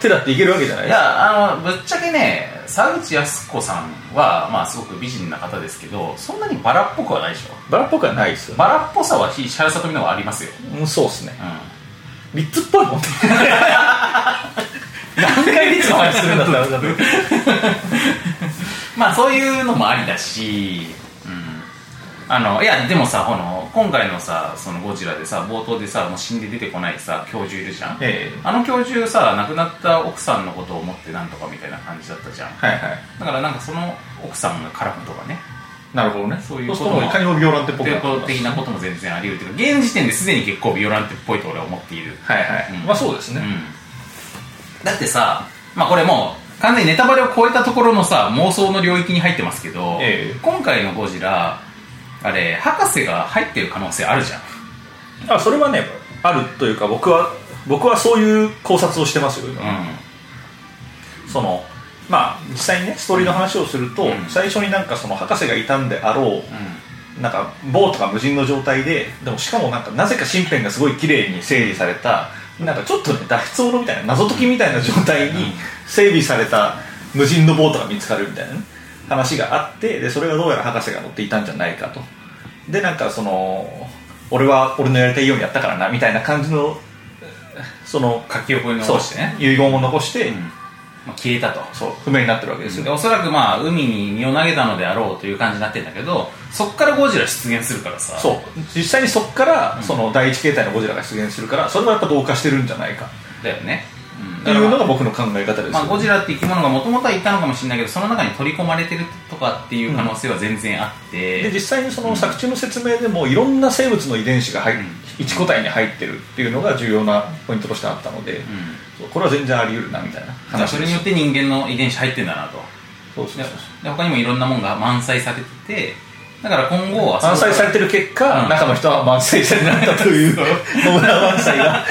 Speaker 3: 手だっていけるわけじゃない
Speaker 2: い
Speaker 3: ですか
Speaker 2: やあのぶっちゃけね沢口靖子さんはまあすごく美人な方ですけどそんなにバラっぽくはないでしょ
Speaker 3: バラっぽくはないですよね
Speaker 2: バラっぽさは石原さとみの方がありますよ、
Speaker 3: うんそうですね
Speaker 2: う
Speaker 3: リッツっぽいもんね
Speaker 2: ん、何
Speaker 3: 回リッツの話するんだった *laughs* ら
Speaker 2: まあそういうのもありだし、うん、あのいやでもさこの今回のさそのゴジラでさ冒頭でさもう死んで出てこないさ教授いるじゃん、
Speaker 3: ええ
Speaker 2: あの教授さ亡くなった奥さんのことを思ってなんとかみたいな感じだったじゃん
Speaker 3: はいはい
Speaker 2: だからなんかその奥さんが絡むとかね
Speaker 3: なるほどね
Speaker 2: そういうこと
Speaker 3: するともいかにもビオランテっぽく
Speaker 2: 抵
Speaker 3: なって
Speaker 2: 抗
Speaker 3: ます
Speaker 2: 的なことも全然あり得るというか現時点ですでに結構ビオランテっぽいと俺は思っている
Speaker 3: はいはい、
Speaker 2: うん
Speaker 3: まあそうですね、
Speaker 2: うん、だってさ、まあ、これもう完全にネタバレを超えたところのさ妄想の領域に入ってますけど、
Speaker 3: ええ
Speaker 2: 今回のゴジラあれ博士が入ってる可能性あるじゃん
Speaker 3: あそれはねあるというか僕は僕はそういう考察をしてますよ、今
Speaker 2: う
Speaker 3: そのまあ実際にねストーリーの話をすると、
Speaker 2: うん
Speaker 3: 最初になんかその博士がいたんであろ
Speaker 2: ん、うん
Speaker 3: うなんか棒とか無人の状態ででもしかもなんかなぜか身辺がすごい綺麗に整理されたなんかちょっとね脱出者みたいな謎解きみたいな状態
Speaker 2: うん
Speaker 3: に整備された無人のボートが見つかるみたいなね話があってでそれがどうやら博士が乗っていたんじゃないかとでなんかその俺は俺のやりたいようにやったからなみたいな感じのその
Speaker 2: 書き覚え
Speaker 3: そう
Speaker 2: 残してね、
Speaker 3: 遺言を残して、
Speaker 2: うんまあ、消えたと
Speaker 3: そう不明になってるわけですよ、
Speaker 2: でおそらくまあ海に身を投げたのであろうという感じになってんだけどそっからゴジラ出現するからさ
Speaker 3: そう実際にそこからその第一形態のゴジラが出現するからそれはやっぱ同化してるんじゃないかっ
Speaker 2: だよね、うん、
Speaker 3: ていうのが僕の考え方です、
Speaker 2: まあ、ゴジラって生き物がもともとはいたのかもしれないけどその中に取り込まれてるとかっていう可能性は全然あって、
Speaker 3: で実際にその作中の説明でもいろんな生物の遺伝子が入、
Speaker 2: うん
Speaker 3: 一個体に入ってるっていうのが重要なポイントとしてあったので、
Speaker 2: うん
Speaker 3: そうこれは全然あり得るなみたいな
Speaker 2: じゃあ
Speaker 3: 話
Speaker 2: そ
Speaker 3: で
Speaker 2: れ
Speaker 3: す
Speaker 2: によって人間の遺伝子入ってんだなと
Speaker 3: そうそうそ
Speaker 2: で
Speaker 3: うそう
Speaker 2: で他にもいろんなもんが満載されててだから今後は
Speaker 3: 満載されてる結果、
Speaker 2: うん
Speaker 3: 中の人は満載者になったという野村満載がや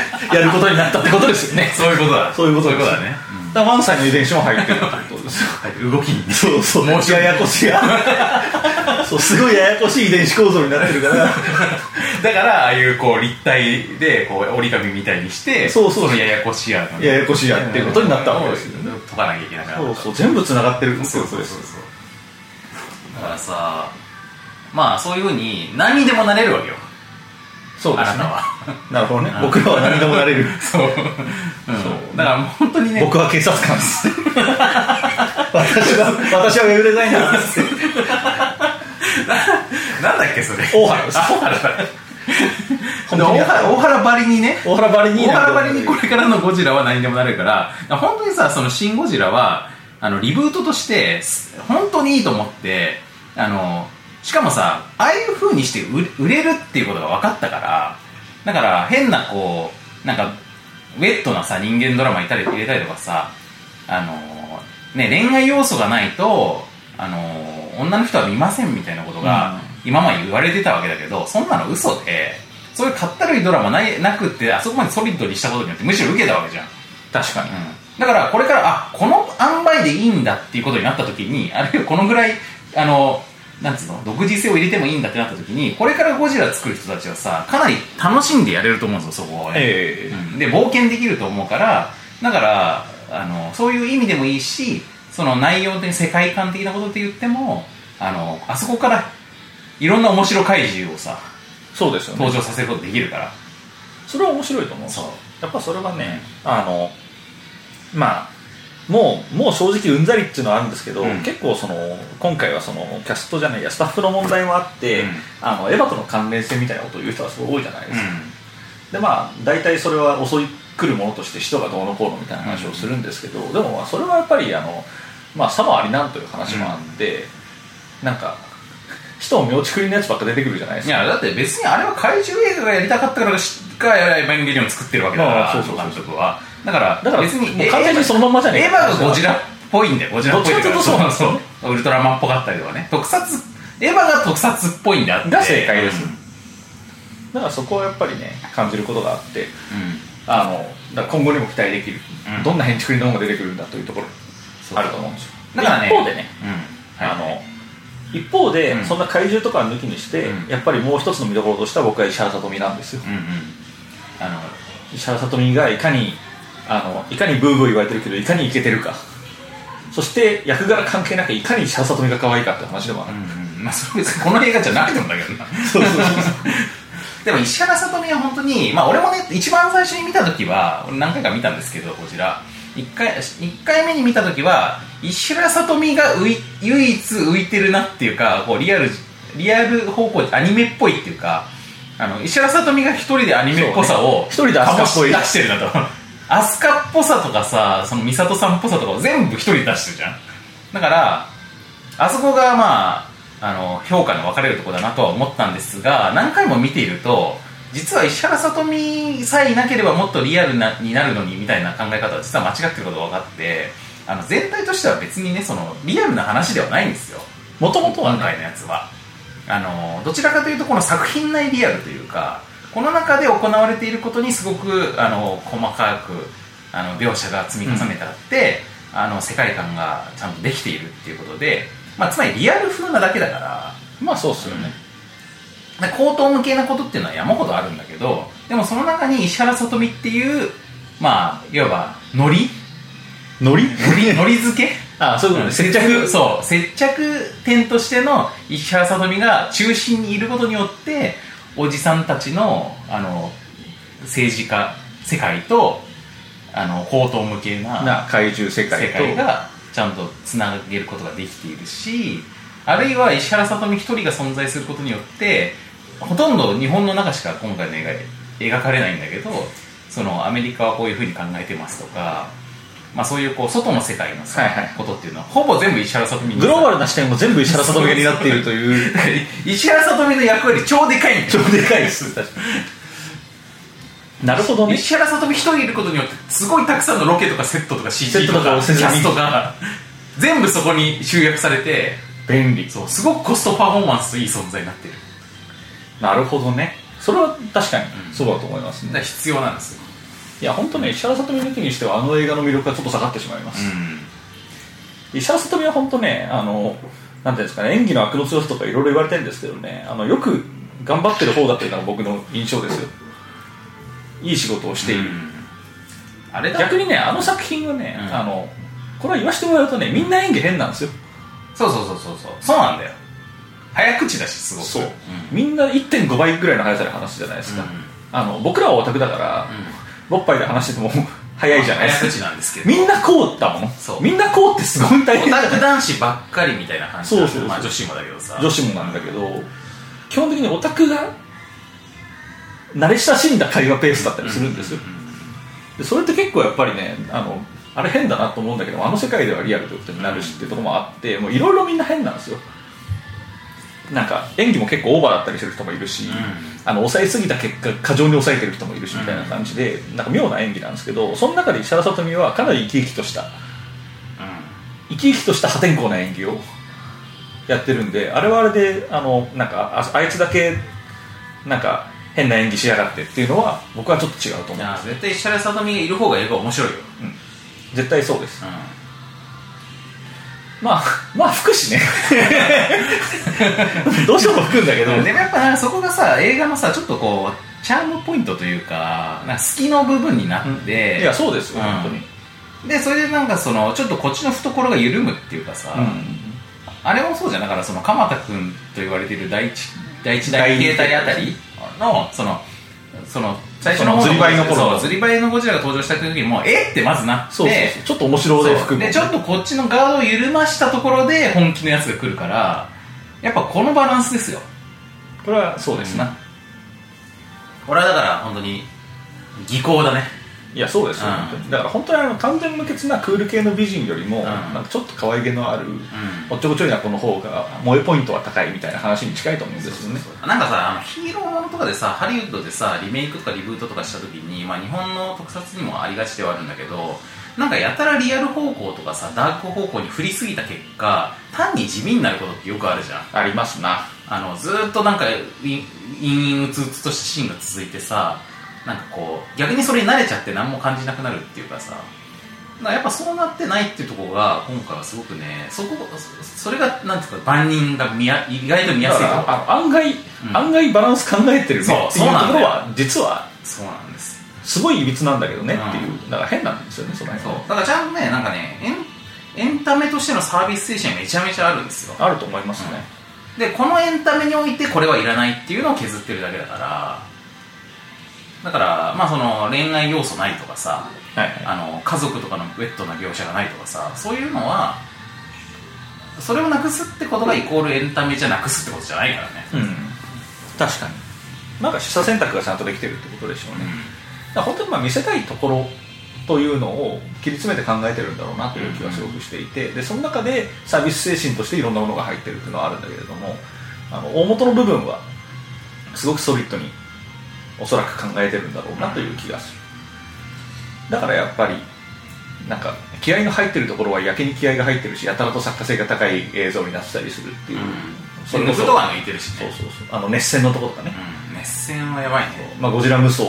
Speaker 3: ることになったってことですよね
Speaker 2: *laughs* そういうことだ
Speaker 3: そういうこと
Speaker 2: そう
Speaker 3: で
Speaker 2: いう
Speaker 3: す
Speaker 2: ことだね、
Speaker 3: だから満載の遺伝子も入ってるってことですよ
Speaker 2: うん動きに
Speaker 3: そうそう、もうややこしいや。そう、すごいややこしい遺伝子構造になってるから。
Speaker 2: だからああいうこう立体でこう折り紙みたいにして
Speaker 3: そうそう
Speaker 2: のややこしいやの
Speaker 3: ややこしいやっていうことになったわけですよね
Speaker 2: 解かなきゃいけなくなった
Speaker 3: そうそう、全部繋がってるって
Speaker 2: そう
Speaker 3: こ
Speaker 2: そ
Speaker 3: と
Speaker 2: う
Speaker 3: で
Speaker 2: そう
Speaker 3: す。
Speaker 2: そうだからさまあそういうふうに何にでもなれるわけよ
Speaker 3: そう
Speaker 2: あ
Speaker 3: で
Speaker 2: な
Speaker 3: す
Speaker 2: た
Speaker 3: ね。 *laughs*
Speaker 2: は
Speaker 3: なるほどね
Speaker 2: うん。
Speaker 3: 僕らは何でもなれる。
Speaker 2: そう,、うん、
Speaker 3: そう
Speaker 2: だからもう本当にね
Speaker 3: 僕は警察官 *laughs* です。私は、私はウェブデザイナーです。
Speaker 2: なんだっけそれ
Speaker 3: 大原です
Speaker 2: あ大原だで
Speaker 3: 本当に
Speaker 2: 大原大原ばりにね
Speaker 3: 大原ばりに。
Speaker 2: 大原ばりにこれからのゴジラは何でもなるから本当にさその「シン・ゴジラは」あのリブートとしてす本当にいいと思ってあのしかもさああいう風にして売売れるっていうことが分かったからだから変なこうなんかウェットなさ人間ドラマいたり入れたりとかさあのね恋愛要素がないとあの女の人は見ませんみたいなことが今まで言われてたわけだけど、そんなの嘘でそういうかったるいドラマないなくってあそこまでソリッドにしたことによってむしろ受けたわけじゃん
Speaker 3: 確かに、
Speaker 2: だからこれからあこの塩梅でいいんだっていうことになった時にあるいはこのぐらいあのなんつうの独自性を入れてもいいんだってなった時にこれからゴジラ作る人たちはさかなり楽しんでやれると思うんですよそこはね、
Speaker 3: ええ
Speaker 2: うんで冒険できると思うからだからあのそういう意味でもいいしその内容で世界観的なことって言ってもあのあそこからいろんな面白怪獣をさ
Speaker 3: そうですよね
Speaker 2: 登場させることできるから
Speaker 3: それは面白いと思う
Speaker 2: そう
Speaker 3: やっぱそれはねあのまあもうもう正直うんざりっていうのはあるんですけど、
Speaker 2: うん
Speaker 3: 結構その今回はそのキャストじゃないやスタッフの問題もあって、
Speaker 2: うん
Speaker 3: あのエヴァとの関連性みたいなことを言う人がすごい多いじゃないで
Speaker 2: う
Speaker 3: すか、でまあ大体それは襲い来るものとして使徒がどうのこうのみたいな話をするんですけど、でもまあそれはやっぱりあの、まあ、さもありなんという話もあって、なんか使徒を妙ちくりのやつばっか出てくるじゃないです
Speaker 2: い
Speaker 3: か
Speaker 2: やだって別にあれは怪獣映画がやりたかったからしかやらエヴァンゲリオン作ってるわけだから、
Speaker 3: まあそうそうそう
Speaker 2: 監督はだから
Speaker 3: だから
Speaker 2: 別に
Speaker 3: もう完全にそのまんまじゃねえ
Speaker 2: エヴァがゴジラっぽいんだよゴジラっぽい
Speaker 3: どっちかというとそうなん
Speaker 2: そうウルトラマンっぽかったりとかね特撮エヴァが特撮っぽいんだって
Speaker 3: が正解です
Speaker 2: うん
Speaker 3: だからそこはやっぱりね感じることがあってあのだから今後にも期待できる、
Speaker 2: うん
Speaker 3: どんな変築りのも出てくるんだというところ
Speaker 2: そう
Speaker 3: あると思うんですよ
Speaker 2: だからね
Speaker 3: 一方でね、
Speaker 2: うんはい
Speaker 3: あの一方で、
Speaker 2: うん
Speaker 3: そんな怪獣とかは抜きにして、
Speaker 2: うん
Speaker 3: やっぱりもう一つの見どころとしては僕は石原さとみなんですよ、
Speaker 2: うんうんあの
Speaker 3: 石原さとみがいかにあのいかにブーブー言われてるけどいかにイケてるかそして役柄関係なくいかに石原さとみが可愛いかって話でもある、
Speaker 2: うんうんまあそれ別にこの映画じゃなくてもだけどな
Speaker 3: そ
Speaker 2: *laughs*
Speaker 3: うそうそうそう
Speaker 2: でも石原さとみは本当にまあ俺もね一番最初に見た時は俺何回か見たんですけどこちら一回一回目に見た時は石原さとみが浮い唯一浮いてるなっていうかこうリアルリアル方向アニメっぽいっていうかあの石原さとみが一人でアニメっぽさを
Speaker 3: そうね一人でアスカっぽ
Speaker 2: 醸
Speaker 3: い
Speaker 2: し出してるなと *laughs* アスカっぽさとかさその美里さんっぽさとかを全部一人で出してるじゃんだからあそこがまああの評価の分かれるところだなとは思ったんですが何回も見ていると実は石原さとみさえいなければもっとリアルなになるのにみたいな考え方は実は間違ってることが分かってあの全体としては別にねそのリアルな話ではないんですよ
Speaker 3: もともとは
Speaker 2: 今
Speaker 3: ね
Speaker 2: 回のやつはあのどちらかというとこの作品内リアルというかこの中で行われていることにすごくあの細かくあの描写が積み重ねてあって、あの世界観がちゃんとできているっていうことで、まあ、つまりリアル風なだけだから
Speaker 3: まあそうっすよね、
Speaker 2: で高等無形なことっていうのは山ほどあるんだけどでもその中に石原さとみっていうまあいわばノリ
Speaker 3: ノリ
Speaker 2: ノリノリ付け
Speaker 3: ああそういうことね、接着
Speaker 2: そう接着点としての石原さとみが中心にいることによっておじさんたちのあの政治家世界とあの高等無形な
Speaker 3: な怪獣世界
Speaker 2: 世
Speaker 3: と
Speaker 2: 界がちゃんとつなげることができているしあるいは石原さとみ一人が存在することによってほとんど日本の中しか今回の映画で描かれないんだけどそのアメリカはこういうふうに考えてますとか、まあ、そういうこう外の世界のさ、
Speaker 3: はいはい
Speaker 2: ことっていうのはほぼ全部石原さとみに
Speaker 3: グローバルな視点も全部石原さとみが担っているという
Speaker 2: 石原さとみの役割超でかいんだよ
Speaker 3: 超でかいです確かに *laughs* なるほどね
Speaker 2: 石原さとみ一人いることによってすごいたくさんのロケとかセットとか CG と
Speaker 3: セットとか
Speaker 2: か
Speaker 3: を
Speaker 2: キ
Speaker 3: せず
Speaker 2: ャ
Speaker 3: に
Speaker 2: ストが全部そこに集約されて
Speaker 3: 便利
Speaker 2: そうすごくコストパフォーマンスいい存在になってる
Speaker 3: なるほどねそれは確かに
Speaker 2: うん
Speaker 3: そうだと思います
Speaker 2: だ
Speaker 3: ね、
Speaker 2: から必要なんですよ、
Speaker 3: いや本当ね石原さとみ抜きにしてはあの映画の魅力がちょっと下がってしまいます、石原さとみは本当ねあのなんていうんですかね演技の悪の強さとかいろいろ言われてるんですけどねあのよく頑張ってる方だというのが僕の印象ですよいい仕事をしている、
Speaker 2: あれだ
Speaker 3: 逆にねあの作品はね、
Speaker 2: うん
Speaker 3: あのこれは言わせてもらうとねみんな演技変なんですよ
Speaker 2: そうそうそうそうそうそうなんだよ早口だしすごく
Speaker 3: そう、
Speaker 2: うん
Speaker 3: みんな1.5倍ぐらいの速さで話すじゃないですか、
Speaker 2: うん
Speaker 3: あの僕らはオタクだから、6杯で話してても *laughs* 早いじゃない
Speaker 2: 早
Speaker 3: です
Speaker 2: 口
Speaker 3: か
Speaker 2: なんですけど
Speaker 3: みんなこうだもん
Speaker 2: そう
Speaker 3: みんなこうってすごい大
Speaker 2: オ
Speaker 3: 変
Speaker 2: タク男子ばっかりみたいな感じ
Speaker 3: そうそうそう
Speaker 2: まあ女子もだけどさ
Speaker 3: 女子もなんだけど基本的にオタクが慣れ親しんだ会話ペースだったりするんですよ、でそれって結構やっぱりねあのあれ変だなと思うんだけどあの世界ではリアルということになるしっていうところもあってもういろいろみんな変なんですよなんか演技も結構オーバーだったりする人もいるし、
Speaker 2: ん
Speaker 3: あの抑えすぎた結果過剰に抑えてる人もいるしみたいな感じで、なんか妙な演技なんですけどその中で石原さとみはかなり生き生きとした生き生きとした破天荒な演技をやってるんであれはあれであのなんかああいつだけなんか変な演技しやがってっていうのは僕はちょっと違うと
Speaker 2: い
Speaker 3: 思う
Speaker 2: や絶対石原さとみがいる方が映画面白いよ、
Speaker 3: 絶対そうですまあまあ吹
Speaker 2: *laughs*
Speaker 3: くしねどうしても吹くんだけど
Speaker 2: でもやっぱなんかそこがさ映画のさちょっとこうチャームポイントというかなんか好きの部分になって、
Speaker 3: いやそうですよ、
Speaker 2: うん
Speaker 3: 本当に、
Speaker 2: でそれでなんかそのちょっとこっちの懐が緩むっていうかさ、あれもそうじゃんだからその鎌田君と言われている第一第一第二形態あたりのそのその最初の方
Speaker 3: そのズリバイの頃
Speaker 2: そうズリバイのゴジラが登場した時にもえってまずなって
Speaker 3: そうそうそうちょっと面白で
Speaker 2: そう
Speaker 3: 含
Speaker 2: で
Speaker 3: む
Speaker 2: ちょっとこっちのガードを緩ましたところで本気のやつが来るからやっぱこのバランスですよ
Speaker 3: これはそうですな、
Speaker 2: 俺はだから本当に技巧だね
Speaker 3: いやそうですよ、
Speaker 2: うん
Speaker 3: 本当にだから本当にあの完全無欠なクール系の美人よりも、
Speaker 2: ん
Speaker 3: なんかちょっと可愛げのある、
Speaker 2: ん
Speaker 3: おっちょこちょいな子の方が萌えポイントは高いみたいな話に近いと思うんですよね
Speaker 2: なんかさあのヒーローものとかでさハリウッドでさリメイクとかリブートとかした時に、まあ、日本の特撮にもありがちではあるんだけどなんかやたらリアル方向とかさダーク方向に振りすぎた結果単に地味になることってよくあるじゃん
Speaker 3: ありますな
Speaker 2: あのずーっとなんか陰陰うつうつとしたシーンが続いてさなんかこう逆にそれに慣れちゃって何も感じなくなるっていうかさだからやっぱそうなってないっていうところが今回はすごくねそこそそれがなんていうか万人が見や意外と見やすいところ
Speaker 3: あの案外、
Speaker 2: ん
Speaker 3: 案外バランス考えてるねってい
Speaker 2: そうう
Speaker 3: とこ
Speaker 2: そう
Speaker 3: ろ
Speaker 2: なんだよ
Speaker 3: は実は
Speaker 2: そうなんです
Speaker 3: すごい歪なんだけどねっていう、
Speaker 2: う
Speaker 3: だから変なんですよねその
Speaker 2: そ
Speaker 3: 辺
Speaker 2: う
Speaker 3: は
Speaker 2: だからちゃんとねなんかねエンエンタメとしてのサービス精神がめちゃめちゃあるんですよ
Speaker 3: あると思いますね、
Speaker 2: でこのエンタメにおいてこれはいらないっていうのを削ってるだけだからだからまあその恋愛要素ないとかさ
Speaker 3: はいはい
Speaker 2: あの家族とかのウェットな描写がないとかさそういうのはそれをなくすってことがイコールエンタメじゃなくすってことじゃないからね
Speaker 3: うん確かになんか示唆選択がちゃんとできてるってことでしょうね、だから本当にまあ見せたいところというのを切り詰めて考えてるんだろうなという気はすごくしていて、でその中でサービス精神としていろんなものが入ってるっていうのはあるんだけれどもあの大元の部分はすごくソリッドにおそらく考えてるんだろうなという気がするだからやっぱりなんか気合の入ってるところはやけに気合が入ってるしやたらと作家性が高い映像になってたりするっていう、
Speaker 2: それこそ
Speaker 3: そう
Speaker 2: が抜いてるし
Speaker 3: そう
Speaker 2: ね
Speaker 3: そうそうあの熱戦のところとかね、
Speaker 2: うん熱戦はやばいね
Speaker 3: まあ、ゴジラ無双
Speaker 2: う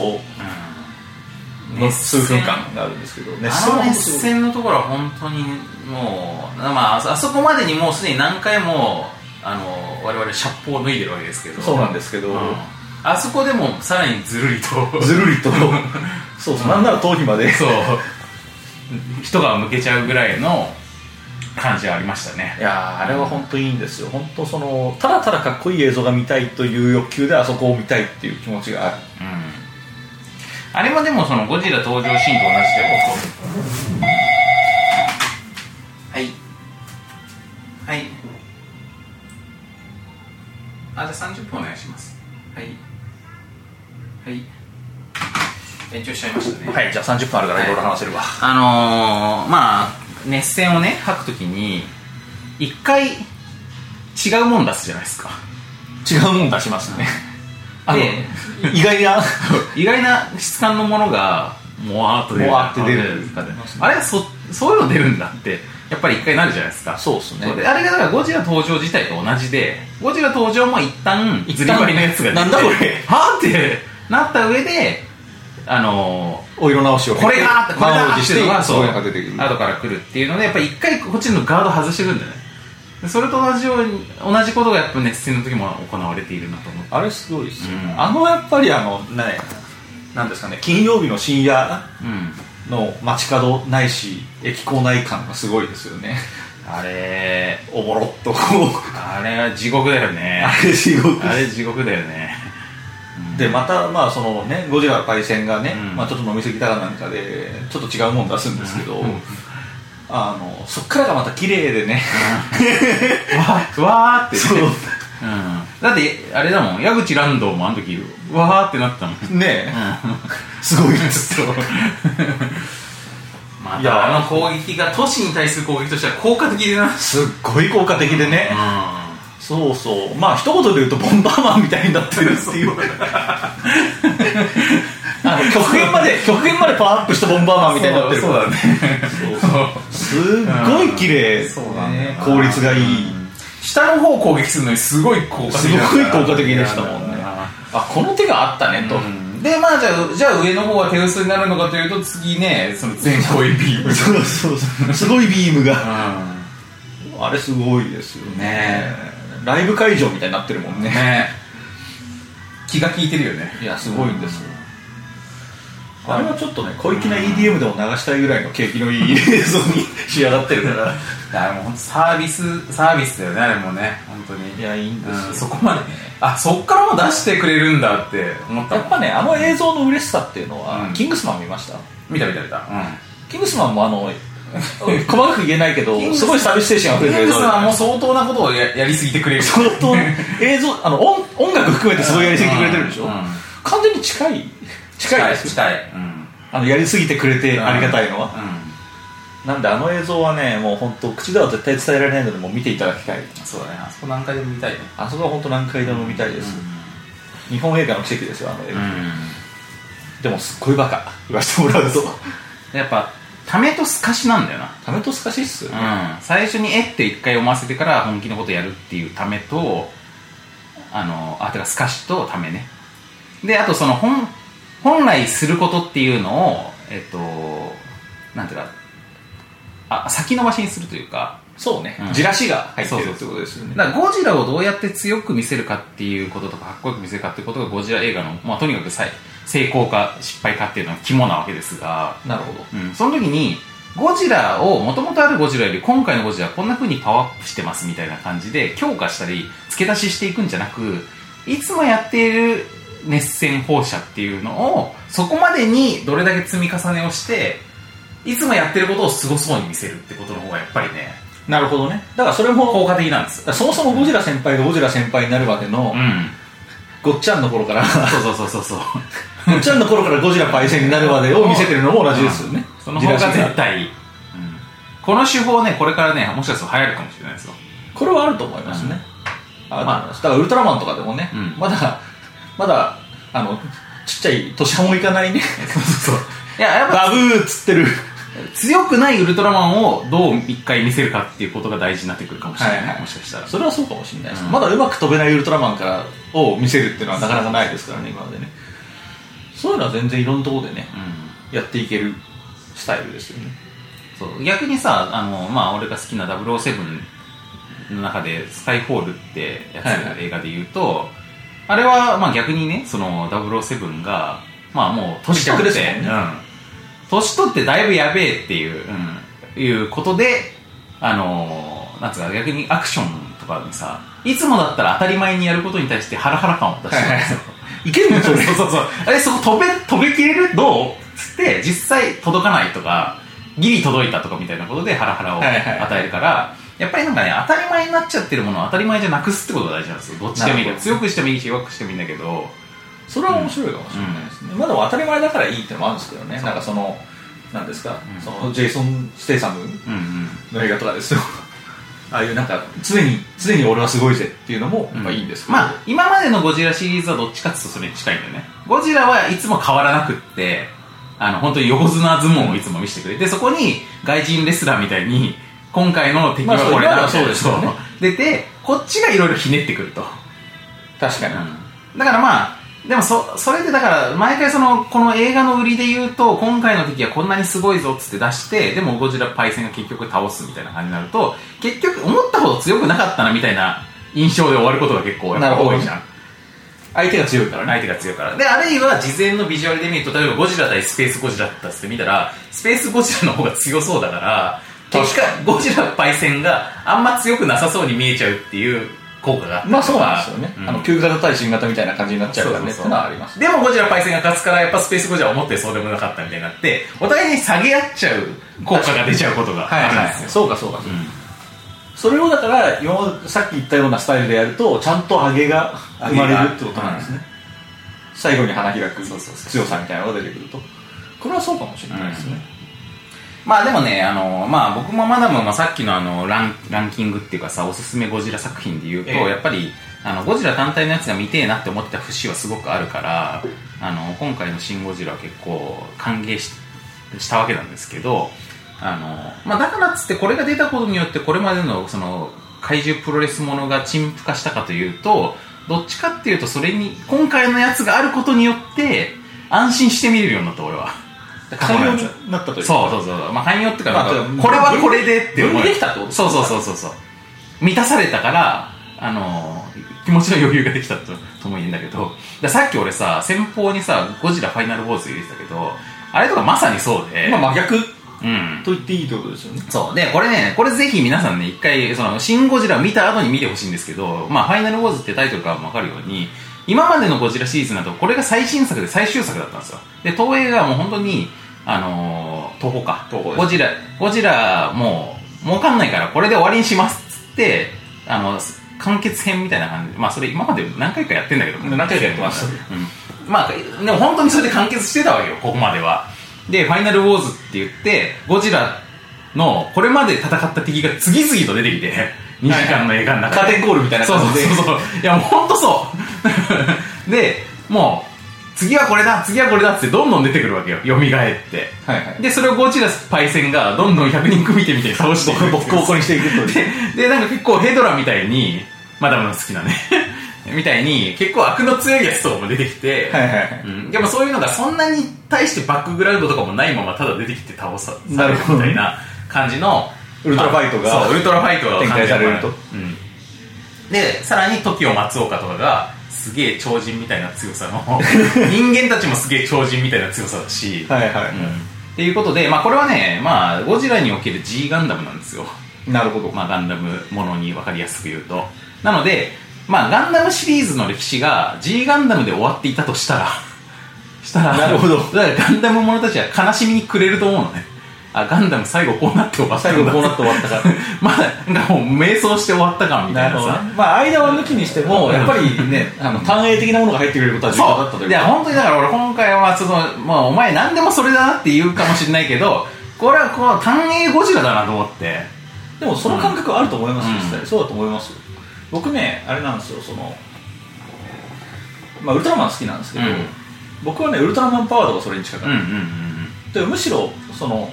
Speaker 2: ん
Speaker 3: の数分間があるんですけど熱
Speaker 2: あ
Speaker 3: 戦
Speaker 2: の
Speaker 3: は本当
Speaker 2: 熱
Speaker 3: すごい
Speaker 2: 戦のところは本当にもう、まあ、あそあそこまでにもうすでに何回もあの我々、シャッポを脱いでるわけですけど、
Speaker 3: そうなんですけど、
Speaker 2: うんあそこでもさらにずるりと、
Speaker 3: ずるり
Speaker 2: *laughs*
Speaker 3: とそうそうなんなら頭皮まで
Speaker 2: そう、人が向けちゃうぐらいの感じはありました
Speaker 3: い
Speaker 2: ね。
Speaker 3: やーあれは本当いいんですよ本当そのただただかっこいい映像が見たいという欲求であそこを見たいっていう気持ちがある
Speaker 2: うんあれもでもそのゴジラ登場シーンと同じではいはいあじゃあ30分お願いしますはいはい延長しちゃいましたね
Speaker 3: はいじゃあ30分あるからいろいろ話せるわ、
Speaker 2: あのー、まあ熱線をね吐くときに一回違うもん出すじゃないですか
Speaker 3: 違うもん出しますねあの、
Speaker 2: で
Speaker 3: 意外な
Speaker 2: 意外な質感のものがもわーっと出る
Speaker 3: もわーって出る
Speaker 2: あれそそういうの出るんだってやっぱり一回なるじゃないですか
Speaker 3: そうっすね
Speaker 2: そであれがだからゴジラ登場自体と同じでゴジラ登場も一旦
Speaker 3: 一旦
Speaker 2: ズリバリのやつが出て
Speaker 3: なんだこれ
Speaker 2: はあってなった上であの
Speaker 3: *laughs* お色直しを
Speaker 2: ーこれがーってこれ
Speaker 3: 満
Speaker 2: が
Speaker 3: を
Speaker 2: ー
Speaker 3: 持
Speaker 2: っ
Speaker 3: してて
Speaker 2: いうのが
Speaker 3: す
Speaker 2: そ
Speaker 3: ご
Speaker 2: う
Speaker 3: いのが出てくる
Speaker 2: 後から来るっていうのでやっぱり一回こっちのガード外してるんだよねでそれと同じように同じことがやっぱ熱戦の時も行われているなと思って
Speaker 3: あれすごいですよ、ね
Speaker 2: うん
Speaker 3: あのやっぱりあのねなんですかね金曜日の深夜
Speaker 2: うん
Speaker 3: の街角ないし駅構内感がすごいですよね
Speaker 2: あれ
Speaker 3: おぼろっとこう
Speaker 2: あれは地獄だよね
Speaker 3: あれ地獄
Speaker 2: あれ地獄だよ *laughs* ね
Speaker 3: でまたまあそのねゴジラのパイセンがね、
Speaker 2: うん
Speaker 3: まあ、ちょっと飲み過ぎたらなんかでちょっと違うもん出すんですけど、あのそっからがまた綺麗でね、
Speaker 2: わわーって
Speaker 3: そ
Speaker 2: ねうん、だってあれだもん矢口ランドもあの時わーってなったもん
Speaker 3: うね
Speaker 2: すごいですよま
Speaker 3: いや
Speaker 2: たあの攻撃が都市に対する攻撃としては効果的でな
Speaker 3: すっごい効果的でね、
Speaker 2: う
Speaker 3: そうそうまあ一言で言うとボンバーマンみたいになってるって
Speaker 2: *laughs*
Speaker 3: いうあの極限まで極限までパワーアップしたボンバーマンみたいになってる
Speaker 2: そうだね
Speaker 3: そうすっごい綺麗、
Speaker 2: そうなんだよな
Speaker 3: 効率がいい
Speaker 2: 下の方を攻撃するのにすごい効果的
Speaker 3: す
Speaker 2: だ
Speaker 3: ごい効果的でしたもんねあこの手があったねと、
Speaker 2: うんでまあじゃあじゃあ上の方は手薄になるのかというと次ねその全方位ビーム
Speaker 3: そうそうそうすごいビームが
Speaker 2: う
Speaker 3: *laughs* あれすごいですよね
Speaker 2: ね
Speaker 3: ライブ会場みたいになってるもん
Speaker 2: ん
Speaker 3: ね
Speaker 2: ね気が利いてるよね
Speaker 3: いやすごいんですよあれはちょっとね小粋な EDM でも流したいぐらいの景気のいい映像に仕上がってるから
Speaker 2: いやもう本当サービスサービスだよねあれもね本当に
Speaker 3: *laughs* いやいいんですよ
Speaker 2: うんそこまであそっからも出してくれるんだって思った
Speaker 3: や
Speaker 2: もん
Speaker 3: っぱねあの映像の嬉しさっていうのは、
Speaker 2: うん
Speaker 3: キングスマン見ました
Speaker 2: 見た見た見たうん
Speaker 3: キングスマンもあ *laughs* の細かく言えないけど
Speaker 2: キングス
Speaker 3: すごいサービス精神あふれて
Speaker 2: エ
Speaker 3: る映
Speaker 2: ル
Speaker 3: 像
Speaker 2: さんはもう相当なことをややりすぎてくれる
Speaker 3: 相当映像あの音音楽含めてすごいやりすぎてくれてるでしょ、
Speaker 2: うんうん
Speaker 3: 完全に近い近いですよ
Speaker 2: 近いうん
Speaker 3: あのやりすぎてくれてありがたいのは、
Speaker 2: う
Speaker 3: なんであの映像はねもう本当口では絶対伝えられないのでもう見ていただきたい
Speaker 2: んそうだねあそこ何回でも見たいね
Speaker 3: あそこは本当何回でも見たいです、日本映画の奇跡ですよあの映
Speaker 2: う
Speaker 3: 画、
Speaker 2: ん
Speaker 3: でもすっごいバカ言わせてもらうと
Speaker 2: やっぱためとすかしなんだよな
Speaker 3: ためとすかしいっすよね、
Speaker 2: うん最初に「え」って一回読ませてから本気のことやるっていうためとあのあてかすかしとためねであとその本本来することっていうのをえっとなんていうかあ先延ばしにするというか
Speaker 3: そうね、
Speaker 2: うん
Speaker 3: じらしが入って
Speaker 2: そう
Speaker 3: る
Speaker 2: そう
Speaker 3: ってことですよね
Speaker 2: だからゴジラをどうやって強く見せるかっていうこととかかっこよく見せるかっていうことがゴジラ映画の、まあ、とにかくさい成功か失敗かっていうのは肝なわけですが、
Speaker 3: なるほど
Speaker 2: うん、その時にゴジラをもともとあるゴジラより今回のゴジラはこんな風にパワーアップしてますみたいな感じで強化したり付け足ししていくんじゃなくいつもやっている熱戦放射っていうのをそこまでにどれだけ積み重ねをしていつもやってることをすごそうに見せるってことの方がやっぱりね
Speaker 3: なるほどねだからそれ
Speaker 2: 効
Speaker 3: も
Speaker 2: 果的なんですよ、
Speaker 3: そもそもゴジラ先輩がゴジラ先輩になるまでの、
Speaker 2: うん
Speaker 3: ごっちゃんの頃から
Speaker 2: そうそうそうそうそう。
Speaker 3: ごっちゃんの頃からゴジラパイセンになるまでを見せてるのも同じですよね、
Speaker 2: その方が
Speaker 3: じらし
Speaker 2: 絶対いい。うんこの手法ね、これからね、もしかすると流行るかもしれないですよ。
Speaker 3: これはあると思いますね、あると思いますだからウルトラマンとかでもね、
Speaker 2: うん
Speaker 3: まだまだあのちっちゃい年端もいかない *laughs* ね
Speaker 2: いや、やっぱ
Speaker 3: バブーっつってる
Speaker 2: 強くないウルトラマンをどう一回見せるかっていうことが大事になってくるかもしれない。
Speaker 3: はいはい
Speaker 2: もしかしたら。
Speaker 3: それはそうかもしれないです、
Speaker 2: うん
Speaker 3: まだうまく飛べないウルトラマンからを見せるっていうのはなかなかないですからね今までねそういうのは全然いろんなところでね
Speaker 2: うん
Speaker 3: やっていけるスタイルですよね *laughs*
Speaker 2: そう逆にさあの、まあ、俺が好きな007の中で「スカイホール」ってやつ、
Speaker 3: はいはい
Speaker 2: 映画で言うとあれは、まあ、逆にねその007が、まあ、もう年取
Speaker 3: 逆で
Speaker 2: っ
Speaker 3: す
Speaker 2: て、
Speaker 3: もんね
Speaker 2: うん年取ってだいぶやべえっていう、うんいうことであのなんつうか逆にアクションとかにさいつもだったら当たり前にやることに対してハラハラ感を出してるんですよ、
Speaker 3: いけるのそ
Speaker 2: そう
Speaker 3: れ
Speaker 2: そうそうそう。あれ、そこ飛べ、飛べきれるどうつって、実際届かないとか、ギリ届いたとかみたいなことでハラハラを
Speaker 3: はいはい
Speaker 2: 与えるから、やっぱりなんかね、当たり前になっちゃってるものを当たり前じゃなくすってことが大事なんですよ。どっちでもいい
Speaker 3: な
Speaker 2: か
Speaker 3: る
Speaker 2: ら。
Speaker 3: ほ
Speaker 2: 強
Speaker 3: ど
Speaker 2: くしてもいいし、弱くしてもいいんだけど、
Speaker 3: それは面白いかもしれないですね、まあでも当たり前だからいいってのもあるんですけどねなんかそのなんですか、
Speaker 2: うん
Speaker 3: そのジェイソン・ステイサム
Speaker 2: うんうん。
Speaker 3: の映画とかですよ *laughs* ああいうなんか常に常に俺はすごいぜっていうのもやっぱいいんですけど、
Speaker 2: まあ、今までのゴジラシリーズはどっちかっていうとそれに近いんだよね。ゴジラはいつも変わらなくって、あの、本当に横綱相撲をいつも見せてくれて、そこに外人レスラーみたいに、今回の敵は
Speaker 3: まあそう
Speaker 2: これ
Speaker 3: 今
Speaker 2: だ
Speaker 3: は
Speaker 2: みたいな、
Speaker 3: そうですよね
Speaker 2: そう出て、こっちがいろいろひねってくると。
Speaker 3: 確かに、
Speaker 2: だからまあでもそそれでだから毎回そのこの映画の売りで言うと今回の敵はこんなにすごいぞっつって出してでもゴジラパイセンが結局倒すみたいな感じになると結局思ったほど強くなかったなみたいな印象で終わることが結構やっぱ
Speaker 3: なるほど
Speaker 2: 多いじゃん
Speaker 3: 相手が強いからね
Speaker 2: 相手が強いからであるいは事前のビジュアルで見ると例えばゴジラ対スペースゴジラだったっつって見たらスペースゴジラの方が強そうだから結果ゴジラパイセンがあんま強くなさそうに見えちゃうっていう効果があったりとか
Speaker 3: まあそうなんですよね、
Speaker 2: うん
Speaker 3: あの旧型対新型みたいな感じになっちゃうからねっていうのはあります
Speaker 2: でもゴジラパイセンが勝つからやっぱスペースゴジラ思ってそうでもなかったみたいになってお互いに下げ合っちゃう効果が出ちゃうことがあるんですよ、
Speaker 3: そうかそうか、それをだから今までさっき言ったようなスタイルでやるとちゃんとハゲが生まれるってことなんですね、最後に花開く
Speaker 2: そうそうそう
Speaker 3: 強さみたいなのが出てくるとこれはそうかもしれないですね、
Speaker 2: うんまあでもね、あのまあ、僕もマダムもさっきのあのランランキングっていうかさ、おすすめゴジラ作品で言うと、
Speaker 3: ええ
Speaker 2: やっぱりあのゴジラ単体のやつが見てえなって思ってた節はすごくあるから、あの今回の「シン・ゴジラ」は結構歓迎ししたわけなんですけど、あのまあ、だからっつってこれが出たことによってこれまでのその怪獣プロレスものが陳腐化したかというとどっちかっていうとそれに今回のやつがあることによって安心して見れるようになった俺は。
Speaker 3: 寛容になったというか
Speaker 2: そうそうそうそうまあ汎用っていうかなんか
Speaker 3: まあでも
Speaker 2: これはこれでって思
Speaker 3: 分
Speaker 2: う
Speaker 3: 類できたってこと
Speaker 2: そうそうそうそうそう満たされたからあのー気持ちの余裕ができたととも言うんだけどだからさっき俺さ先方にさ「ゴジラファイナルボーズ」入れてたけどあれとかまさにそうで、
Speaker 3: まあ真逆
Speaker 2: うん
Speaker 3: と言っていいってことですよね
Speaker 2: そうでこれねこれぜひ皆さんね一回その「シン・ゴジラ」見た後に見てほしいんですけど「まあ、ファイナルウォーズ」ってタイトルからも分かるように今までのゴジラシリーズなどこれが最新作で最終作だったんですよで東映がもう本当にあのー、東宝か
Speaker 3: 東宝です
Speaker 2: ゴジラゴジラもう儲かんないからこれで終わりにしますっつってあの完結編みたいな感じでまあそれ今まで何回かやってんだけど
Speaker 3: 何回かやってました
Speaker 2: うん、まあでも本当にそれで完結してたわけよここまではで「ファイナルウォーズ」って言ってゴジラのこれまで戦った敵が次々と出てき
Speaker 3: *laughs*
Speaker 2: て2時間の映画の中で
Speaker 3: カーテンコールみたいな
Speaker 2: そう
Speaker 3: 感じで
Speaker 2: そうそうそういやもうほんとそう *laughs* でもう次はこれだ次はこれだってどんどん出てくるわけよ蘇って
Speaker 3: はいはい
Speaker 2: でそれをゴジラパイセンがどんどん100人組手みたいに倒していく
Speaker 3: ボッコボコにしていくという
Speaker 2: ででなんか結構ヘドラみたいにマダムの好きなね *laughs* みたいに結構悪の強いやつとかも出てきて、
Speaker 3: はいはいはい
Speaker 2: うん、でもそういうのがそんなに対してバックグラウンドとかもないままただ出てきて倒さ
Speaker 3: なるほ
Speaker 2: み
Speaker 3: ど
Speaker 2: たいな感じの
Speaker 3: ウルトラファイトが
Speaker 2: まあそうウルトラファイトが
Speaker 3: 展開されると
Speaker 2: うんでさらに TOKIO 松岡とかがすげえ超人みたいな強さの
Speaker 3: *laughs*
Speaker 2: 人間たちもすげえ超人みたいな強さだし
Speaker 3: はいはい
Speaker 2: っていうことで、まあ、これはね、まあ、ゴジラにおける G ガンダムなんですよ、
Speaker 3: なるほど
Speaker 2: まあ、ガンダムものに分かりやすく言うとなので、まあ、ガンダムシリーズの歴史が G ガンダムで終わっていたとしたら *laughs* したら
Speaker 3: なるほど
Speaker 2: だからガンダムものたちは悲しみに暮れると思うのねあガンダム最後こうなって終わったんだ
Speaker 3: 最後こうなって終わったか
Speaker 2: *laughs* まだなんかもう迷走して終わったかみた
Speaker 3: *laughs* ないる
Speaker 2: な
Speaker 3: ほ
Speaker 2: さ
Speaker 3: どねまあ間は抜きにしてもやっぱりねあの単影的なものが入ってくれることは重要だったと
Speaker 2: そ
Speaker 3: いうう
Speaker 2: いや本当にだから俺今回はその、まあ、お前何でもそれだなって言うかもしれないけどこれはこう単影ゴジラだなと思って
Speaker 3: でもその感覚はあると思いますよ
Speaker 2: うん
Speaker 3: 実際そうだと思いますよ僕ねあれなんですよそのまあウルトラマン好きなんですけど
Speaker 2: うん
Speaker 3: 僕はねウルトラマンパワーとかそれに近か
Speaker 2: う
Speaker 3: っ
Speaker 2: んうん
Speaker 3: たでむしろその、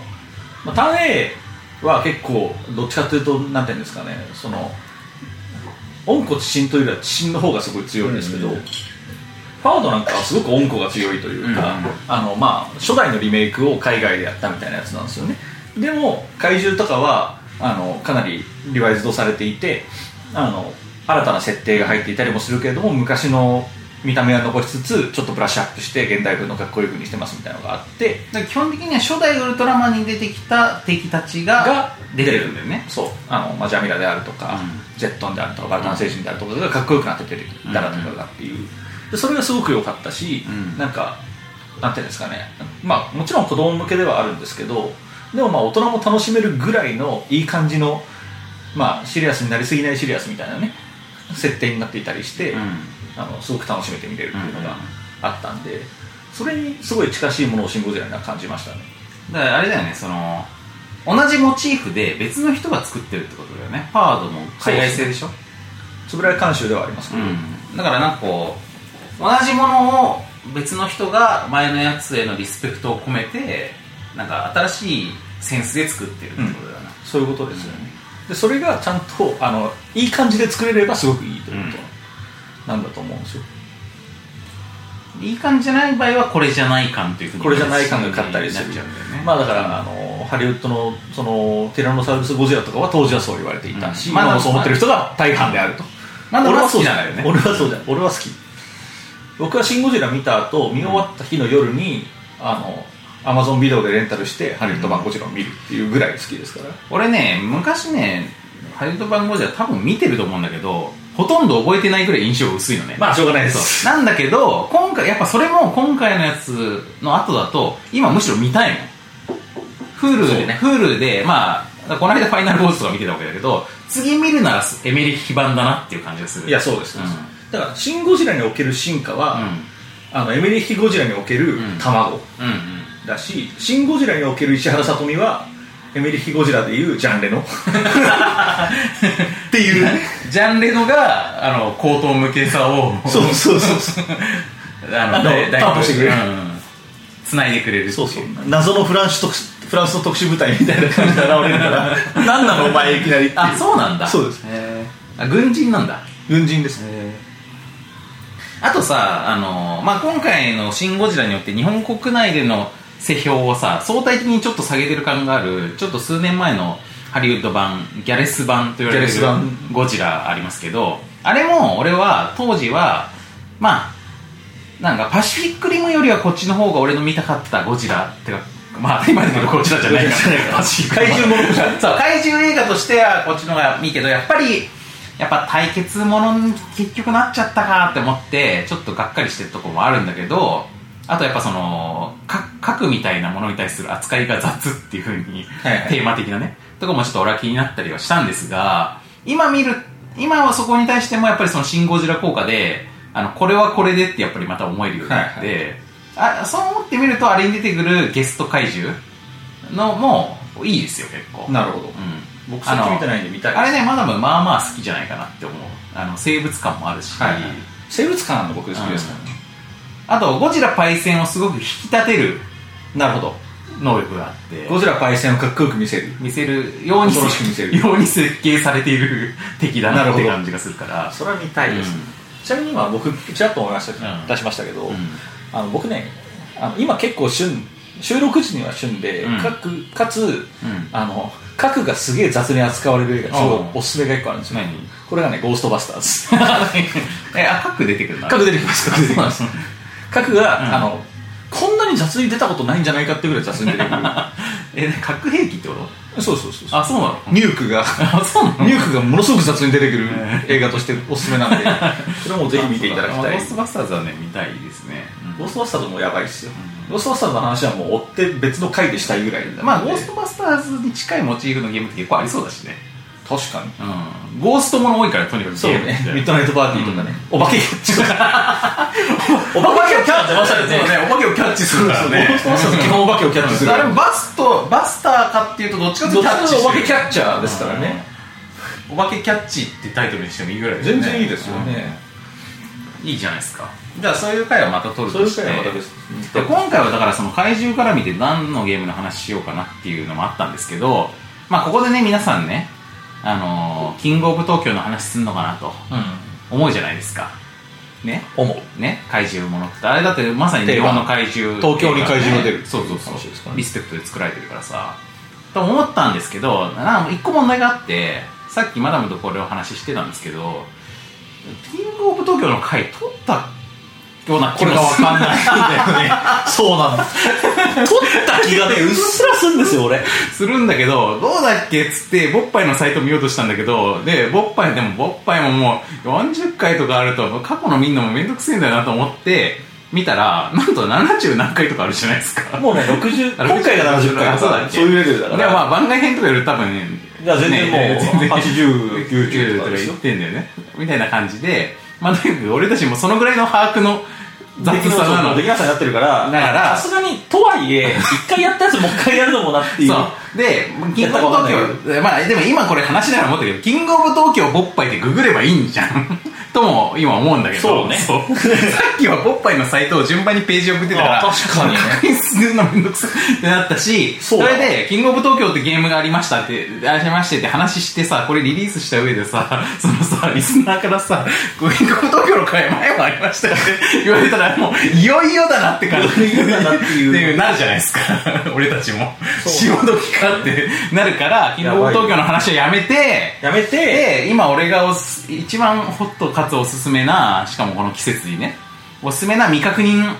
Speaker 3: まあ、単 A は結構どっちかというとなんていうんですかねその温故知新というよりは知新の方がすごい強いんですけど、ファードなんかはすごく温故が強いというか、
Speaker 2: うん
Speaker 3: あのまあ、初代のリメイクを海外でやったみたいなやつなんですよねでも怪獣とかはあのかなりリバイズドされていてあの新たな設定が入っていたりもするけれども昔の見た目は残しつつちょっとブラッシュアップして現代風のかっこよくにしてますみたいなのがあって
Speaker 2: だから基本的には初代ウルトラマンに出てきた敵たちが
Speaker 3: が
Speaker 2: 出てるんだよね
Speaker 3: そうあのまあ、ジャミラであるとか、
Speaker 2: うん
Speaker 3: ジェットンであるとかバルタン星人であるとかがかっこよくなって出てきたらとかだっていう、でそれがすごく良かったし、
Speaker 2: うん
Speaker 3: なんかなんていうんですかね、まあ、もちろん子供向けではあるんですけどでもまあ大人も楽しめるぐらいのいい感じの、まあ、シリアスになりすぎないシリアスみたいなね設定になっていたりして、あのすごく楽しめて見れるっていうのがあったんで、それにすごい近しいものをシン・ゴジラには感じましたね
Speaker 2: だからあれだよねその同じモチーフで別の人が作ってるってことだよねファードも海外製でしょ
Speaker 3: つぶられ監修ではありますけど、
Speaker 2: うん、だからなんかこう同じものを別の人が前のやつへのリスペクトを込めてなんか新しいセンスで作ってるってことだな、
Speaker 3: そういうことですよね、でそれがちゃんとあのいい感じで作れればすごくいいということなんだと思うんですよ、
Speaker 2: いい感じじゃない場合はこれじゃない感というふうに
Speaker 3: これじゃない感が勝ったりする
Speaker 2: なっちゃうんだよね
Speaker 3: まあだからあのハリウッドのそのティラノサウルス・ゴジラとかは当時はそう言われていたし、
Speaker 2: うん
Speaker 3: 今
Speaker 2: ま
Speaker 3: も
Speaker 2: だ
Speaker 3: そう思ってる人が大半であると、
Speaker 2: まだ
Speaker 3: 俺は
Speaker 2: 好
Speaker 3: そう
Speaker 2: き
Speaker 3: じ
Speaker 2: な
Speaker 3: ゃ
Speaker 2: んだ
Speaker 3: な
Speaker 2: よね
Speaker 3: 俺はそうじゃない俺は好き僕は「シン・ゴジラ」見た後見終わった日の夜にあのアマゾンビデオでレンタルしてハリウッド版ゴジラを見るっていうぐらい好きですから、
Speaker 2: 俺ね昔ねハリウッド番号じゃ多分見てると思うんだけどほとんど覚えてないくらい印象が薄いのね
Speaker 3: まあしょうがないで
Speaker 2: そう
Speaker 3: す
Speaker 2: なんだけど今回やっぱそれも今回のやつの後だと今むしろ見たいもん Hulu でね Hulu でまあこの間ファイナルボーズとか見てたわけだけど次見るならエメリック版だなっていう感じがする
Speaker 3: いやそうです、
Speaker 2: うん
Speaker 3: だから「シン・ゴジラ」における進化は、
Speaker 2: う
Speaker 3: あのエメリッヒ・ゴジラにおける
Speaker 2: うん *laughs*
Speaker 3: 卵
Speaker 2: んうんうん
Speaker 3: だし、シン・ゴジラにおける石原さとみはエミリヒ・ゴジラでいうジャンレノっていう
Speaker 2: ジャンレノがあの高等無形さを
Speaker 3: *laughs* そうそうそうそう
Speaker 2: あ
Speaker 3: あ
Speaker 2: の
Speaker 3: の
Speaker 2: だいだいぶ
Speaker 3: 担保してくれる
Speaker 2: うんつないでくれる
Speaker 3: そうそう謎のフランス特殊フランスの特殊部隊みたいな感じで現れるから *laughs* 何なのお前いきなりっていう
Speaker 2: あそうなんだ
Speaker 3: そうです
Speaker 2: へーあ軍人なんだ
Speaker 3: 軍人ですね
Speaker 2: あとさ、あのまあ、今回の「シン・ゴジラ」によって日本国内での世評をさ相対的にちょっと下げてる感があるちょっと数年前のハリウッド版ギャレス版と言われる
Speaker 3: ギャレス版
Speaker 2: ゴジラありますけどあれも俺は当時はまあなんかパシフィックリムよりはこっちの方が俺の見たかったゴジラってかまあ当たり前だけどゴジラじゃないか
Speaker 3: ゴジラじゃないから
Speaker 2: パシフィックリム
Speaker 3: *laughs* 怪獣ものじゃん
Speaker 2: *laughs* そう怪獣映画としてはこっちの方がいいけどやっぱりやっぱ対決ものに結局なっちゃったかって思ってちょっとがっかりしてるとこもあるんだけどあとやっぱそのか核みたいなものに対する扱いが雑っていうふうに、
Speaker 3: はいはい
Speaker 2: テーマ的なねとかもちょっと俺は気になったりはしたんですが今見る今はそこに対してもやっぱりその「シン・ゴジラ」効果であのこれはこれでってやっぱりまた思えるようになって、
Speaker 3: はい
Speaker 2: あそう思ってみるとあれに出てくるゲスト怪獣のもいいですよ結構
Speaker 3: なるほど
Speaker 2: うん、
Speaker 3: 僕さっき見てないんで見たい
Speaker 2: あれねマダムまあまあ好きじゃないかなって思うあの生物感もあるし、
Speaker 3: はいはい生物館の僕好きですからね
Speaker 2: あとゴジラパイセンをすごく引き立てるなるほど能力があって
Speaker 3: ゴジラパイセンをかっこよく見せる
Speaker 2: 見せるように
Speaker 3: 恐ろしく見せる
Speaker 2: ように設計されている敵だ
Speaker 3: な
Speaker 2: な
Speaker 3: る
Speaker 2: っ
Speaker 3: ほ
Speaker 2: て
Speaker 3: ど
Speaker 2: 感じがするから
Speaker 3: それは見たいです、
Speaker 2: うん
Speaker 3: ちなみに今僕ちらっと思いました、
Speaker 2: うん
Speaker 3: 出しましたけど、
Speaker 2: うん
Speaker 3: あの僕ねあの今結構旬収録時には旬で、
Speaker 2: うん
Speaker 3: かくかつ、あの核がすげえ雑に扱われる映画すごいおすすめが一個あるんですよ、 *laughs*
Speaker 2: 何
Speaker 3: これがね「ゴーストバス
Speaker 2: *laughs*
Speaker 3: ターズ
Speaker 2: えあ核出てくる」な
Speaker 3: 核出てきます核出てき *laughs* ます
Speaker 2: そう
Speaker 3: 核が、
Speaker 2: うん
Speaker 3: あのこんなに雑に出たことないんじゃないかってぐらい雑に出てくる
Speaker 2: *laughs* え核兵器ってこと
Speaker 3: そうそうそうそう
Speaker 2: あそうなの
Speaker 3: ニュークが
Speaker 2: あそうなの
Speaker 3: ニュークがものすごく雑に出てくる映画としておすす
Speaker 2: *laughs*
Speaker 3: めなんでそれはもうぜひ見ていただき
Speaker 2: あ
Speaker 3: たい
Speaker 2: ゴーストバスターズはね見たいですね、
Speaker 3: ゴーストバスターズもやばいっすよ、ゴーストバスターズの話はもう追って別の回でしたいぐらいなんで
Speaker 2: まあゴーストバスターズに近いモチーフのゲームって結構ありそうだしね
Speaker 3: 確かに
Speaker 2: うんゴーストもの多いからとにかく
Speaker 3: そうねミッドナイトパーティーとかね、お化けお
Speaker 2: お化けをキャッチ
Speaker 3: 邪魔されて
Speaker 2: そうねお化けをキャッチするからね
Speaker 3: ゴーストバスターズ基本お化けをキャッチする
Speaker 2: あれバスとバスターかっていうとどっちかというと
Speaker 3: どっちかというとお化けキャッチャー
Speaker 2: で
Speaker 3: ですす
Speaker 2: か
Speaker 3: からら
Speaker 2: ね
Speaker 3: ね
Speaker 2: お化けキャッチってタイトルにしてもいいぐらい
Speaker 3: 全然いいですよね、
Speaker 2: うんいいじゃないですかじゃあそういう回はまた撮る
Speaker 3: そう
Speaker 2: と
Speaker 3: いう
Speaker 2: して
Speaker 3: 回はまた別
Speaker 2: で今回はだからその怪獣から見て何のゲームの話しようかなっていうのもあったんですけどまあここでね皆さんねあのーキングオブ東京の話すんのかなと思うじゃないですかね
Speaker 3: 思う
Speaker 2: ね怪獣ものってあれだってまさに日
Speaker 3: 定番
Speaker 2: 本の怪獣
Speaker 3: 東京に怪獣が出る
Speaker 2: そうそうそう
Speaker 3: 話ですからね
Speaker 2: リスペクトで作られてるからさと思ったんですけどな一個問題があってさっきマダムとこれを話してたんですけどキングオブ東京の回取ったような気もする
Speaker 3: んないんだよね *laughs* そうなの取った気がねうっすらすんですよ俺
Speaker 2: するんだけ
Speaker 3: *laughs*
Speaker 2: ど、どうだっけっつって、ボッパイのサイト見ようとしたんだけど、で、ボッパイでも、ボッパイももう40回とかあると、過去のみんなもめんどくせえんだよなと思って、見たら、なんと70何回とかあるじゃないですか。
Speaker 3: もうね60
Speaker 2: あ
Speaker 3: 今回が70回
Speaker 2: あ
Speaker 3: だ
Speaker 2: そうだっけ
Speaker 3: そういうレベルだから
Speaker 2: でまあ、番外編とかより多分ね、
Speaker 3: いや全然もう
Speaker 2: ね
Speaker 3: *laughs* 80 90とかです
Speaker 2: 言
Speaker 3: よ
Speaker 2: ってんだよね。みたいな感じで、まあ、とにかく俺たちもそのぐらいの把握の雑さなの
Speaker 3: できなさになってるから
Speaker 2: だから
Speaker 3: さすがにとはいえ一回やったやつもう一回やるのもなっていう
Speaker 2: そうでキン
Speaker 3: やっ
Speaker 2: グ
Speaker 3: た
Speaker 2: オ
Speaker 3: こ
Speaker 2: ブ
Speaker 3: とない
Speaker 2: 東京まあでも今これ話しながら思ったけどキングオブ東京ボッパイでググればいいんじゃん *laughs* とも今思うん *laughs* だけど
Speaker 3: そうね
Speaker 2: さっきはボッパイのサイトを順番にページを送ってたから
Speaker 3: あ確
Speaker 2: *laughs*
Speaker 3: かにね
Speaker 2: 確認するのめんどくさいってなったしそ
Speaker 3: そうだ
Speaker 2: れでキングオブ東京ってゲームがありましたってありましてって話してさこれリリースした上でさ *laughs* そのさリスナーからさキングオブ東京の回前もありましたよね言われたらもういよいよだなって感じ
Speaker 3: いよいよだなっていう
Speaker 2: ってなるじゃないですか *laughs* 俺たちも
Speaker 3: そう
Speaker 2: 潮時かってなるからキングオブ東京の話をやめて
Speaker 3: やめて
Speaker 2: で今俺がおす一番ホットかつおすすめなしかもこの季節にねおすすめな未確認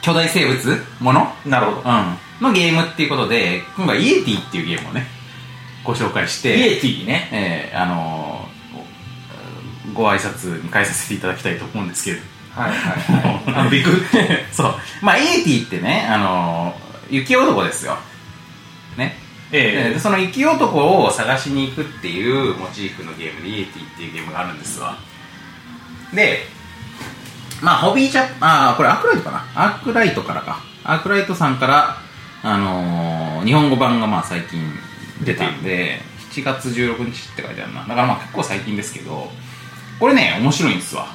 Speaker 2: 巨大生物もの、
Speaker 3: なるほ
Speaker 2: うん、のゲームっていうことで今回イエティっていうゲームをねご紹介して
Speaker 3: イエティね
Speaker 2: えーあのーご挨拶に変えさせていただきたいと思うんですけれど
Speaker 3: はいはいはいあのビッグフット
Speaker 2: *laughs* そうまあイエティってねあのー雪男ですよねえー
Speaker 3: え
Speaker 2: でその雪男を探しに行くっていうモチーフのゲームでイエティっていうゲームがあるんですわでまあホビージャパンあーこれアークライトかなアークライトからかアークライトさんからあのーの日本語版がまあ最近出たんで7月16日って書いてあるなだからまあ結構最近ですけどこれね面白いんですわ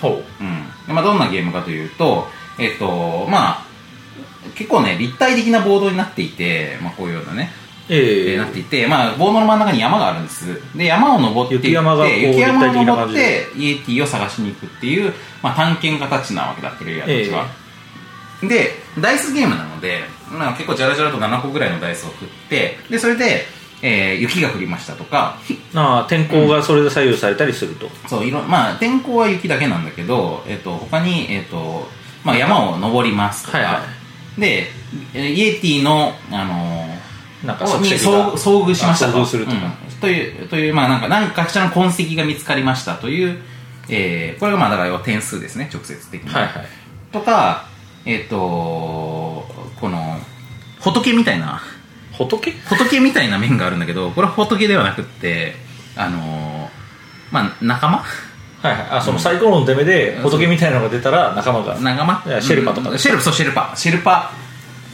Speaker 3: ほ
Speaker 2: うんでまあ、どんなゲームかというと、えっとまあ、結構ね立体的なボードになっていて、まあ、こういうようなね、
Speaker 3: うえ
Speaker 2: えーなっていて、まあ、ボードの真ん中に山があるんですで山を登っていって
Speaker 3: 雪山がこう
Speaker 2: 雪山を
Speaker 3: 立体的な
Speaker 2: 登
Speaker 3: 感
Speaker 2: っ
Speaker 3: じ
Speaker 2: て
Speaker 3: で
Speaker 2: イエティを探しに行くっていう、まあ、探検家たちなわけだプレイヤーたちは、でダイスゲームなので、まあ、結構ジャラジャラと7個ぐらいのダイスを振ってでそれで、えー雪が降りましたとか
Speaker 3: ああ天候がそれで左右されたりすると、
Speaker 2: そういろまあ天候は雪だけなんだけど、えっと他に、えっとまあ、山を登りますとか、
Speaker 3: はいは
Speaker 2: でえイエティの、あの
Speaker 3: なん
Speaker 2: ー、
Speaker 3: か作
Speaker 2: に
Speaker 3: 詞
Speaker 2: 遭
Speaker 3: が
Speaker 2: 遭遇しました
Speaker 3: あ遭遇すると
Speaker 2: う
Speaker 3: か
Speaker 2: んというというまあなんか何かしらの痕跡が見つかりましたという、えーこれがまあだから要は点数ですね直接的に、
Speaker 3: はいはい
Speaker 2: とかえっ、とこの仏みたいな
Speaker 3: 仏
Speaker 2: 仏みたいな面があるんだけどこれは仏ではなくってあのーまあ仲間
Speaker 3: はいはいあそのサイコロの出目で仏みたいなのが出たら仲間が
Speaker 2: 長間
Speaker 3: いやシェルパとか
Speaker 2: うんシェルそうシェルパシェルパ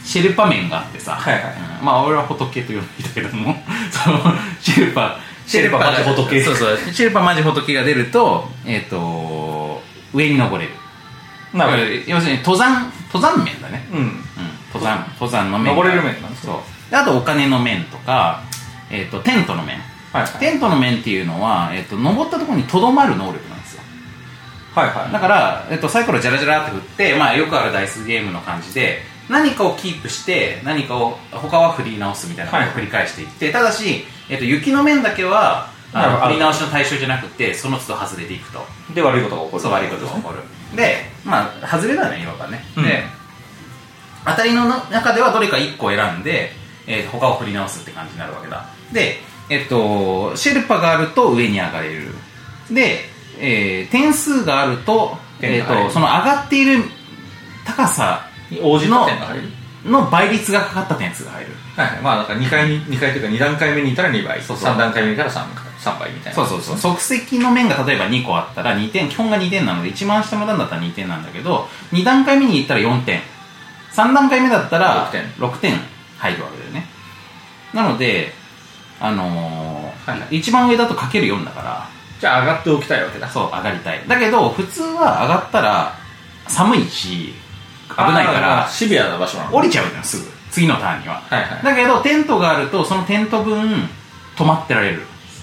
Speaker 2: シェルパ面があってさ、
Speaker 3: はいはい
Speaker 2: うんまあ俺は仏と呼んでいたけども *laughs* そのシェルパ
Speaker 3: シェルパ
Speaker 2: が
Speaker 3: マジ仏
Speaker 2: そうそうシェルパマジ仏が出るとえっ、と上に登れる
Speaker 3: なる
Speaker 2: 要するに登山登山面だね、
Speaker 3: ほどうん
Speaker 2: うん、登山登山の面
Speaker 3: 登れる面なんですね
Speaker 2: そうであとお金の面とか、えっとテントの面
Speaker 3: はいはい
Speaker 2: テントの面っていうのは、えっと登ったところにとどまる能力なんですよ
Speaker 3: はいはい
Speaker 2: だから、えっと、サイコロジャラジャラって振って、まあ、よくあるダイスゲームの感じで何かをキープして何かを他は振り直すみたいなことを
Speaker 3: はい
Speaker 2: 繰り返していって、ただし、えっと、雪の面だけはあ
Speaker 3: なるほ
Speaker 2: の
Speaker 3: ど
Speaker 2: 振り直しの対象じゃなくてその都度外れていくと
Speaker 3: で悪いことが起こる
Speaker 2: そう悪いことが起こるでまあ外れだね今がね、
Speaker 3: うん
Speaker 2: で当たりの中ではどれか1個選んで、えー他を振り直すって感じになるわけだでえっとシェルパがあると上に上がれるで、えー点数があると,、え
Speaker 3: 点
Speaker 2: っ
Speaker 3: が入
Speaker 2: と
Speaker 3: る
Speaker 2: その上がっている高さ
Speaker 3: 応じの点が入る
Speaker 2: の倍率がかかった点数が入る
Speaker 3: はいはいまあだから2回に二回というか2段階目にいたら2倍
Speaker 2: そうそう
Speaker 3: 3段階目にいたら 3, 三倍みたい
Speaker 2: そ
Speaker 3: な
Speaker 2: うそうそう即席の面が例えば2個あったら2点基本が2点なので一番下の段だったら2点なんだけど2段階目に行ったら4点3段階目だったら
Speaker 3: 6点
Speaker 2: 6点入るわけだよねなのであのー
Speaker 3: はいはい
Speaker 2: 一番上だとかける4だか
Speaker 3: じゃあ上がっておきたいわけだ
Speaker 2: らそう上がりたいだけど普通は上がったら寒いし危ないか
Speaker 3: あー
Speaker 2: ら
Speaker 3: シビアな場所なの
Speaker 2: 降りちゃうじゃんすぐ次のターンには
Speaker 3: はいはい
Speaker 2: だけどテントがあるとそのテント分止まってられる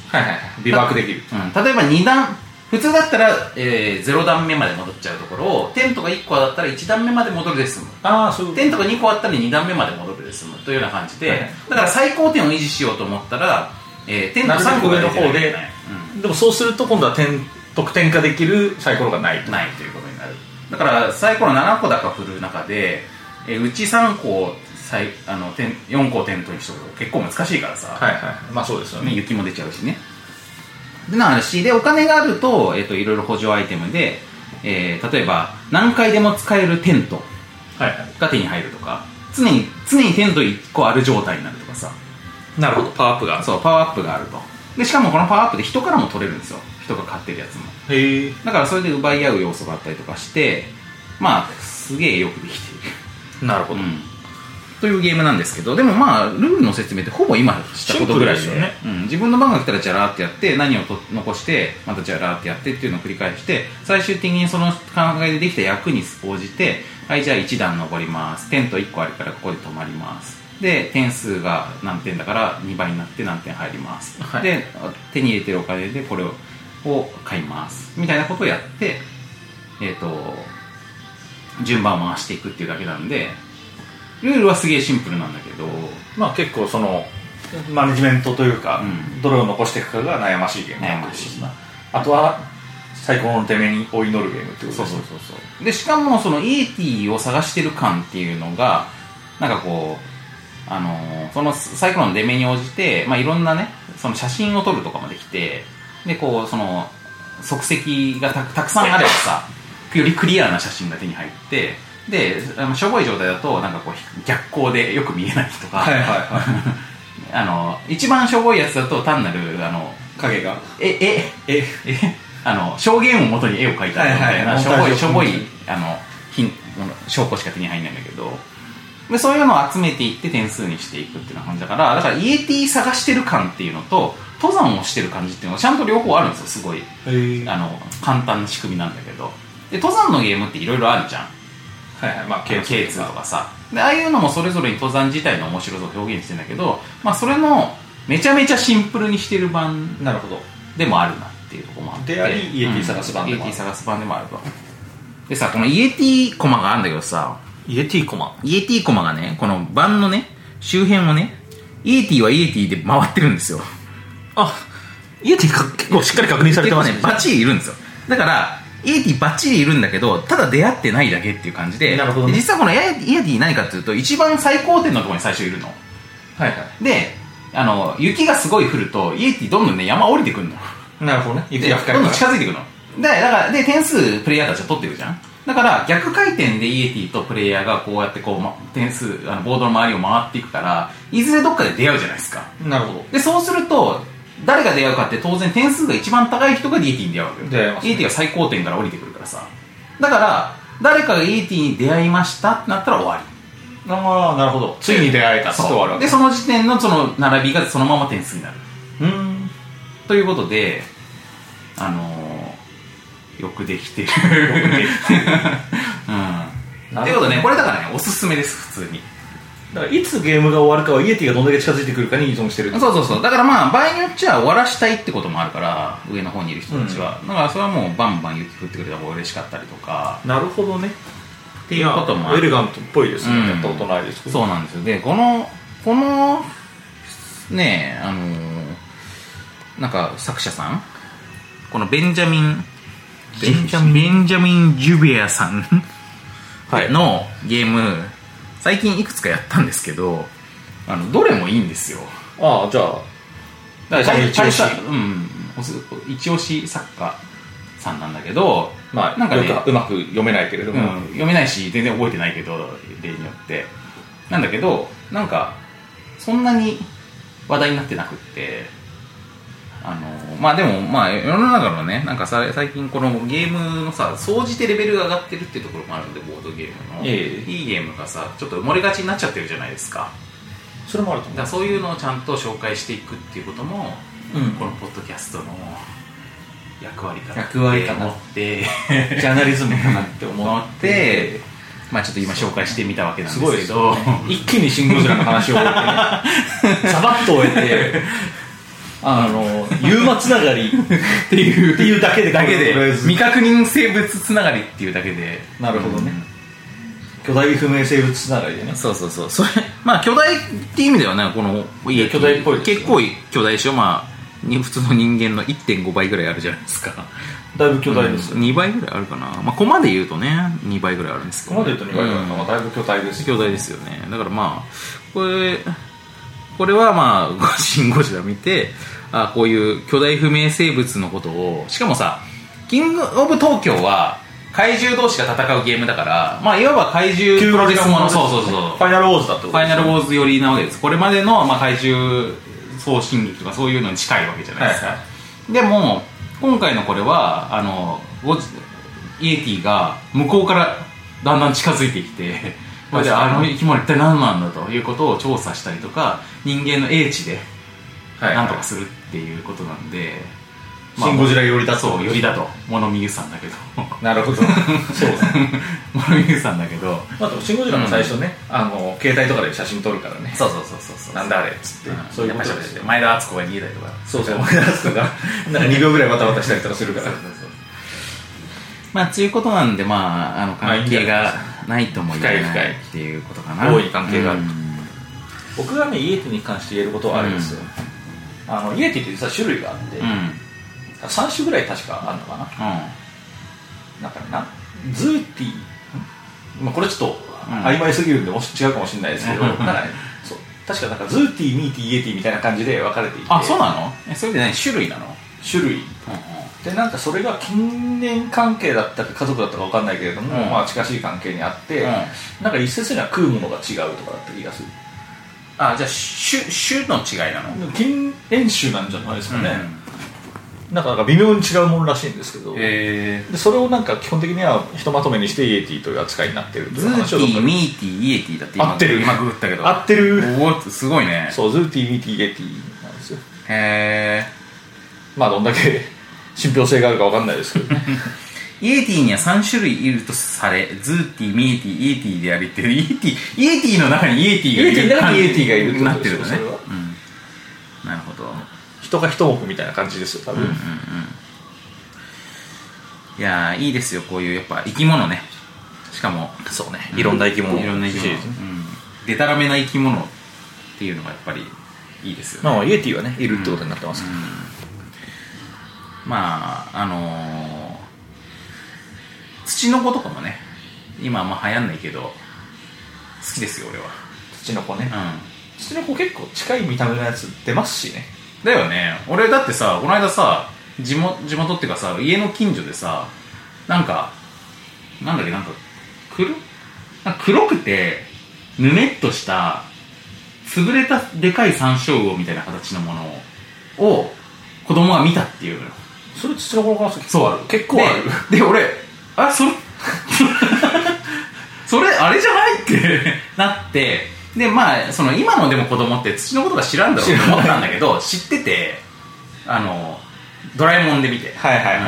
Speaker 3: はいはいはいビバークできる
Speaker 2: うん、例えば2段普通だったら、え0段目まで戻っちゃうところをテントが1個だったら1段目まで戻るで済む
Speaker 3: ああそういうこと
Speaker 2: テントが2個あったら2段目まで戻るで済むというような感じで、
Speaker 3: はい
Speaker 2: だから最高点を維持しようと思ったら、えーテント
Speaker 3: なるべく
Speaker 2: 3個が出てな
Speaker 3: 上の方で
Speaker 2: いとね
Speaker 3: でもそうすると今度は点得点化できるサイコロがない
Speaker 2: うん
Speaker 3: と
Speaker 2: ないということになるだからサイコロ7個だか振る中で、えーうち3個をさいあの点4個をテントにしとくと結構難しいからさ、
Speaker 3: はいはいまあそうですよね
Speaker 2: ね、雪も出ちゃうしねでなるしでお金があると,、えっといろいろ補助アイテムで、えー例えば何回でも使えるテント
Speaker 3: はいは
Speaker 2: が手に入るとか常に常にテント1個ある状態になるとかさ
Speaker 3: いなるほどパワーアップが
Speaker 2: そうパワーアップがあるとでしかもこのパワーアップで人からも取れるんですよ人が買ってるやつも
Speaker 3: へえ
Speaker 2: だからそれで奪い合う要素があったりとかしてまあすげえよくできてい
Speaker 3: *laughs*
Speaker 2: る
Speaker 3: なるほど、
Speaker 2: うんというゲームなんですけどでもまあルールの説明ってほぼ今したことぐらいで
Speaker 3: シンプルです
Speaker 2: うん、自分の番が来たらジャラーってやって何をと残してまたジャラーってやってっていうのを繰り返して最終的にその考えでできた役に応じてはいじゃあ1段登りますテント1個あるからここで止まりますで点数が何点だから2倍になって何点入ります、
Speaker 3: はい
Speaker 2: で手に入れてるお金でこれをを買いますみたいなことをやってえっ、と順番を回していくっていうだけなんでルールはすげえシンプルなんだけど
Speaker 3: まあ結構そのマネジメントというか、
Speaker 2: うん
Speaker 3: どれを残していくかが悩ましいゲーム
Speaker 2: 悩ましい
Speaker 3: あとは最高の手目にお祈るゲームってことですね
Speaker 2: そうそうでしかもそのイエティを探してる感っていうのがなんかこうあのーそのサイコロの出目に応じて、まあ、いろんなねその写真を撮るとかもできてでこうその足跡がたたくさんあればさよりクリアな写真が手に入ってであのしょぼい状態だとなんかこう逆光でよく見えないとか、
Speaker 3: はいはいは
Speaker 2: あの一番しょぼいやつだと単なるあの
Speaker 3: い影が
Speaker 2: ええ
Speaker 3: え
Speaker 2: えあの証言をもとに絵を描いたみたいな、
Speaker 3: はいはい
Speaker 2: しょぼい
Speaker 3: モンタージュ
Speaker 2: しょぼいあのひんあの証拠しか手に入らないんだけどでそういうのを集めていって点数にしていくっていうような感じだからだからイエティ探してる感っていうのと登山をしてる感じっていうのがちゃんと両方あるんですよすごい
Speaker 3: へー
Speaker 2: あの簡単な仕組みなんだけどで登山のゲームっていろいろあるじゃん
Speaker 3: はいはいまあ
Speaker 2: K2,
Speaker 3: K2
Speaker 2: とかさでああいうのもそれぞれに登山自体の面白さを表現してんだけど、まあ、それのめちゃめちゃシンプルにしてる版
Speaker 3: なるほど
Speaker 2: でもあるなっていうところもあって
Speaker 3: でありイエティ探す版でもあ
Speaker 2: イエ
Speaker 3: る
Speaker 2: ティ探す版でもあるとでさこのイエティコマがあるんだけどさ
Speaker 3: イエティコマ
Speaker 2: イエティコマがねこの版のね周辺をねイエティはイエティで回ってるんですよ
Speaker 3: あイエティか結構しっかり確認されてますね
Speaker 2: 結構ねバッチリいるんですよだからイエティバッチリいるんだけどただ出会ってないだけっていう感じで
Speaker 3: なるほどね
Speaker 2: で実はこのイエイエティ何かっていうと一番最高点のところに最初いるの
Speaker 3: はいは
Speaker 2: であの雪がすごい降るとイエティどんどんね山降りてくるの
Speaker 3: いなるほどね
Speaker 2: で
Speaker 3: 雪が深い
Speaker 2: どんど
Speaker 3: か
Speaker 2: ん
Speaker 3: ら
Speaker 2: 近づいてくのでだからで点数プレイヤーたちは取ってるじゃんだから逆回転でイエティとプレイヤーがこうやってこう、ま、点数あのボードの周りを回っていくからいずれどっかで出会うじゃないですか
Speaker 3: なるほど
Speaker 2: でそうすると誰が出会うかって当然点数が一番高い人が DT に出会うわけよ
Speaker 3: 出会いますね
Speaker 2: DT が最高点から降りてくるからさだから誰かが DT に出会いましたってなったら終わり
Speaker 3: ああなるほどついに出会えた
Speaker 2: そう
Speaker 3: 終わるわけ
Speaker 2: でその時点のその並びがそのまま点数になる
Speaker 3: うーん
Speaker 2: ということであのー、よくできてる *laughs* うん
Speaker 3: なるほどね
Speaker 2: ということでねこれだからねおすすめです普通に
Speaker 3: だからいつゲームが終わるかはイエティがどんだけ近づいてくるかに依存してる
Speaker 2: そうそうそうだからまあ場合によっちゃ終わらしたいってこともあるから上の方にいる人たちは、だからそれはもうバンバン雪降ってくれた方が嬉しかったりとか
Speaker 3: なるほどね
Speaker 2: っていうこともあ
Speaker 3: エレ
Speaker 2: る
Speaker 3: ガントっぽいですね、
Speaker 2: うん
Speaker 3: やったことないですけど
Speaker 2: そうなんですよでこのこのねえあのーなんか作者さんこのベンジャミンベンジャミンベンジャミン・ジュベアさ *laughs* ん
Speaker 3: はい
Speaker 2: のゲーム最近いくつかやったんですけどあのどれもいいんですよ
Speaker 3: ああじゃあ
Speaker 2: だから
Speaker 3: 彼
Speaker 2: 彼
Speaker 3: 一押し
Speaker 2: 彼さうん、おす一押し作家さんなんだけど、
Speaker 3: まあ
Speaker 2: なんかね
Speaker 3: よくうまく読めないけれど
Speaker 2: う
Speaker 3: も、
Speaker 2: ん、読めないし全然覚えてないけど例によってなんだけどなんかそんなに話題になってなくってあのまあでもまあ世の中のねなんかさ最近このゲームのさ総じてレベルが上がってるっていうところもあるんでボードゲームの、
Speaker 3: ええ
Speaker 2: いいゲームがさちょっと埋もれがちになっちゃってるじゃないですか
Speaker 3: それもある
Speaker 2: だ
Speaker 3: と思
Speaker 2: からそういうのをちゃんと紹介していくっていうことも
Speaker 3: う、うん
Speaker 2: このポッドキャストの役割かな
Speaker 3: 役割かな
Speaker 2: って思って
Speaker 3: ジャーナリズムかなって思
Speaker 2: 思
Speaker 3: っ
Speaker 2: って
Speaker 3: て、
Speaker 2: まあちょっと今紹介してみたわけなん
Speaker 3: す
Speaker 2: で
Speaker 3: ご
Speaker 2: す
Speaker 3: いで
Speaker 2: け
Speaker 3: す
Speaker 2: ど
Speaker 3: よ、ね、一気にシン・ゴジラ
Speaker 2: *laughs*
Speaker 3: の話を終えてさばっと終えてあの言うまつながりっていうっていうだけで
Speaker 2: だけ
Speaker 3: とりあえ
Speaker 2: で
Speaker 3: ず
Speaker 2: 未確認生物つながりっていうだけで
Speaker 3: なるほどね巨大不明生物つながりでね
Speaker 2: うんそうそうそうそれまあ巨大っていう意味ではねこの家
Speaker 3: 巨大っぽいですね
Speaker 2: 結構巨大でしょまあに普通の人間の1.5倍ぐらいあるじゃない
Speaker 3: *laughs*
Speaker 2: ですか
Speaker 3: だいぶ巨大です、
Speaker 2: うん2倍ぐらいあるかなまあ駒で言うとね2倍ぐらいあるんですけ
Speaker 3: こ
Speaker 2: ど
Speaker 3: こまで言うと2倍だったのはだいぶ巨大です
Speaker 2: 兄弟ですよねだからまあこれこれはまあ「シン・ゴジラ」見てあこういう巨大不明生物のことをしかもさ「キング・オブ・東京」は怪獣同士が戦うゲームだからまあいわば怪獣プロレスものそうそうそう
Speaker 3: ファイナルウォーズだってこと
Speaker 2: ファイナルウォーズ寄りなわけですこれまでの、まあ、怪獣送信劇とかそういうのに近いわけじゃないですか、
Speaker 3: はいは
Speaker 2: でも今回のこれはあのゴジイエティが向こうからだんだん近づいてきて
Speaker 3: *laughs*
Speaker 2: これであの生き物一体何なんだということを調査したりとか人間の英知で
Speaker 3: はい
Speaker 2: なんとかするっていうことなんで、
Speaker 3: まあシン・ゴジラ寄りだ
Speaker 2: そう寄り
Speaker 3: だ
Speaker 2: だと物見ゆさんだけど *laughs*
Speaker 3: なるほどそうですね
Speaker 2: 物見ゆさんだけど
Speaker 3: あとシン・ゴジラも最初ね、あの携帯とかで写真撮るからね
Speaker 2: そうそうそうそうそう
Speaker 3: なんだあれっつって、
Speaker 2: そ
Speaker 3: そうう
Speaker 2: い
Speaker 3: いうう
Speaker 2: こ
Speaker 3: ことと
Speaker 2: で
Speaker 3: ですよ
Speaker 2: 前田敦子が逃げたりとか
Speaker 3: そうそう思い出すとかなんか2秒ぐらいバタバタしたりとかするから
Speaker 2: まあ、ということなんで、まあ、あの
Speaker 3: まあい
Speaker 2: 関
Speaker 3: いんじゃ
Speaker 2: 係
Speaker 3: ない
Speaker 2: がないとも言え
Speaker 3: 深い深
Speaker 2: ない
Speaker 3: い
Speaker 2: っていうことかな。
Speaker 3: 大い関係がある
Speaker 2: うん
Speaker 3: 僕がねイエティに関して言えることはあれですよ、あのイエティって実は種類があって、
Speaker 2: うん。うん。
Speaker 3: 3種ぐらい確かあるのかななんかねなズーティんまあ、これちょっと
Speaker 2: ん
Speaker 3: 曖昧すぎるんでもし違うかもしれないですけど、
Speaker 2: うん
Speaker 3: なんかねそう確かなんかズーティーミーティーイエティみたいな感じで分かれていて
Speaker 2: あ、そうなのえ、それで何種類なの
Speaker 3: 種類でなんかそれが近縁関係だったか家族だったか分かんないけれども、
Speaker 2: うん
Speaker 3: まあ近しい関係にあって、
Speaker 2: うん
Speaker 3: なんか一説には食うものが違うとかだった気がする
Speaker 2: あ、じゃあ、種、種の違いなの
Speaker 3: 近縁種なんじゃないですかね、なんかなんか微妙に違うものらしいんですけど、
Speaker 2: え
Speaker 3: でそれをなんか基本的にはひとまとめにしてイエティという扱いになってるとい
Speaker 2: ズ
Speaker 3: う
Speaker 2: ー
Speaker 3: 話
Speaker 2: テ
Speaker 3: をどっ
Speaker 2: ィ
Speaker 3: か
Speaker 2: ー
Speaker 3: で
Speaker 2: ミーティーイエティだって今
Speaker 3: 合ってる
Speaker 2: 今ググったけど
Speaker 3: 合ってる
Speaker 2: おおすごいね
Speaker 3: そうズーティーミーティーイエティなんですよ
Speaker 2: へ
Speaker 3: まあどんだけ *laughs* 信憑性があるかわかんないですけど
Speaker 2: *laughs*
Speaker 3: ね
Speaker 2: えイエティには3種類いるとされズーティーミーティーイエティでありってイエティイエティの中にイエティがいる
Speaker 3: イエティの中にイエティがいるって
Speaker 2: な
Speaker 3: こ
Speaker 2: っ
Speaker 3: と
Speaker 2: て
Speaker 3: です
Speaker 2: る
Speaker 3: よ
Speaker 2: のね
Speaker 3: それは
Speaker 2: うんなるほど
Speaker 3: 人が一目みたいな感じですよ多分、
Speaker 2: いやーいいですよこういうやっぱ生き物ねしかも
Speaker 3: そうね
Speaker 2: いろんな生き物いろんな生き物
Speaker 3: 欲しいですね
Speaker 2: うんでたらめな生き物っていうのがやっぱりいいですよね
Speaker 3: まあイエティはねいるってことになってます、
Speaker 2: まああのー、土の子とかもね今あんま流行んないけど好きですよ俺は
Speaker 3: 土の子ね
Speaker 2: うん
Speaker 3: 土の子結構近い見た目のやつ出ますしね
Speaker 2: だよね俺だってさこの間さ地元地元っていうかさ家の近所でさなんかなんだっけなんか黒なんか黒くてぬめっとした潰れたでかい山椒魚みたいな形のものをを子供が見たっていうのよ
Speaker 3: それ土の子の話結
Speaker 2: そう
Speaker 3: 構
Speaker 2: あ
Speaker 3: あ
Speaker 2: る
Speaker 3: る結構ある
Speaker 2: でで俺あそれ *laughs* それあれじゃないってなってでまあその今のでも子供って土のことが知らんだろうと思ったんだけど知っててあのドラえもんで見て
Speaker 3: はいはいはい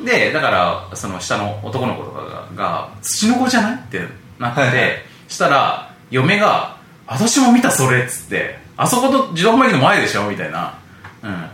Speaker 2: うんでだからその下の男の子とかがが土の子じゃないってなって、
Speaker 3: はいはい
Speaker 2: したら嫁が「私も見たそれ」っつって「あそこと自動販売機の前でしょ」みたいな、うん、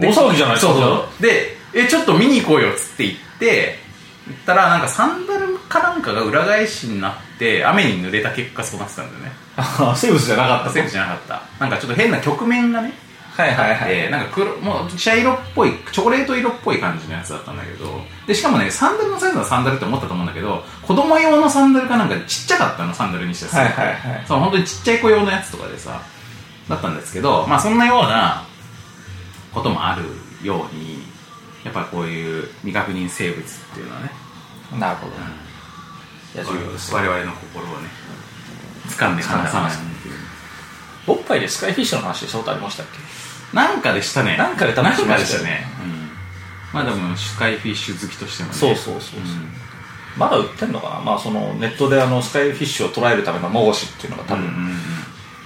Speaker 2: で
Speaker 3: 大騒ぎじゃないですか
Speaker 2: そうそうでえちょっと見に行こうよっつって言って行ったらなんかサンダルかなんかが裏返しになって雨に濡れた結果そうなってたんだよね
Speaker 3: あ生物じゃなかった
Speaker 2: セーフじゃなかったなんかちょっと変な曲面がね
Speaker 3: はいはいはい、
Speaker 2: でなんか黒もう茶色っぽいチョコレート色っぽい感じのやつだったんだけどでしかもねサンダルのサイズのサンダルって思ったと思うんだけど子供用のサンダルかなんかでちっちゃかったのサンダルにしてさ、
Speaker 3: はいはいはい
Speaker 2: そう本当にちっちゃい子用のやつとかでさだったんですけどまあそんなようなこともあるようにやっぱこういう未確認生物っていうのはね
Speaker 3: なるほど、いや重要です
Speaker 2: 我々の心をね掴んで離さないっていう
Speaker 3: おっぱいでスカイフィッシュの話したことありましたっ
Speaker 2: なんかでしたね。
Speaker 3: なんかで多分しましたよ
Speaker 2: なんかでしたね。うん。まあでも、スカイフィッシュ好きとしても
Speaker 3: け
Speaker 2: ね。
Speaker 3: そうそうそうそう、
Speaker 2: ん
Speaker 3: まだ売ってんのかな、まあ、そのネットであのスカイフィッシュを捉えるための模倣紙っていうのが多
Speaker 2: 多
Speaker 3: 分、
Speaker 2: 分。うんうん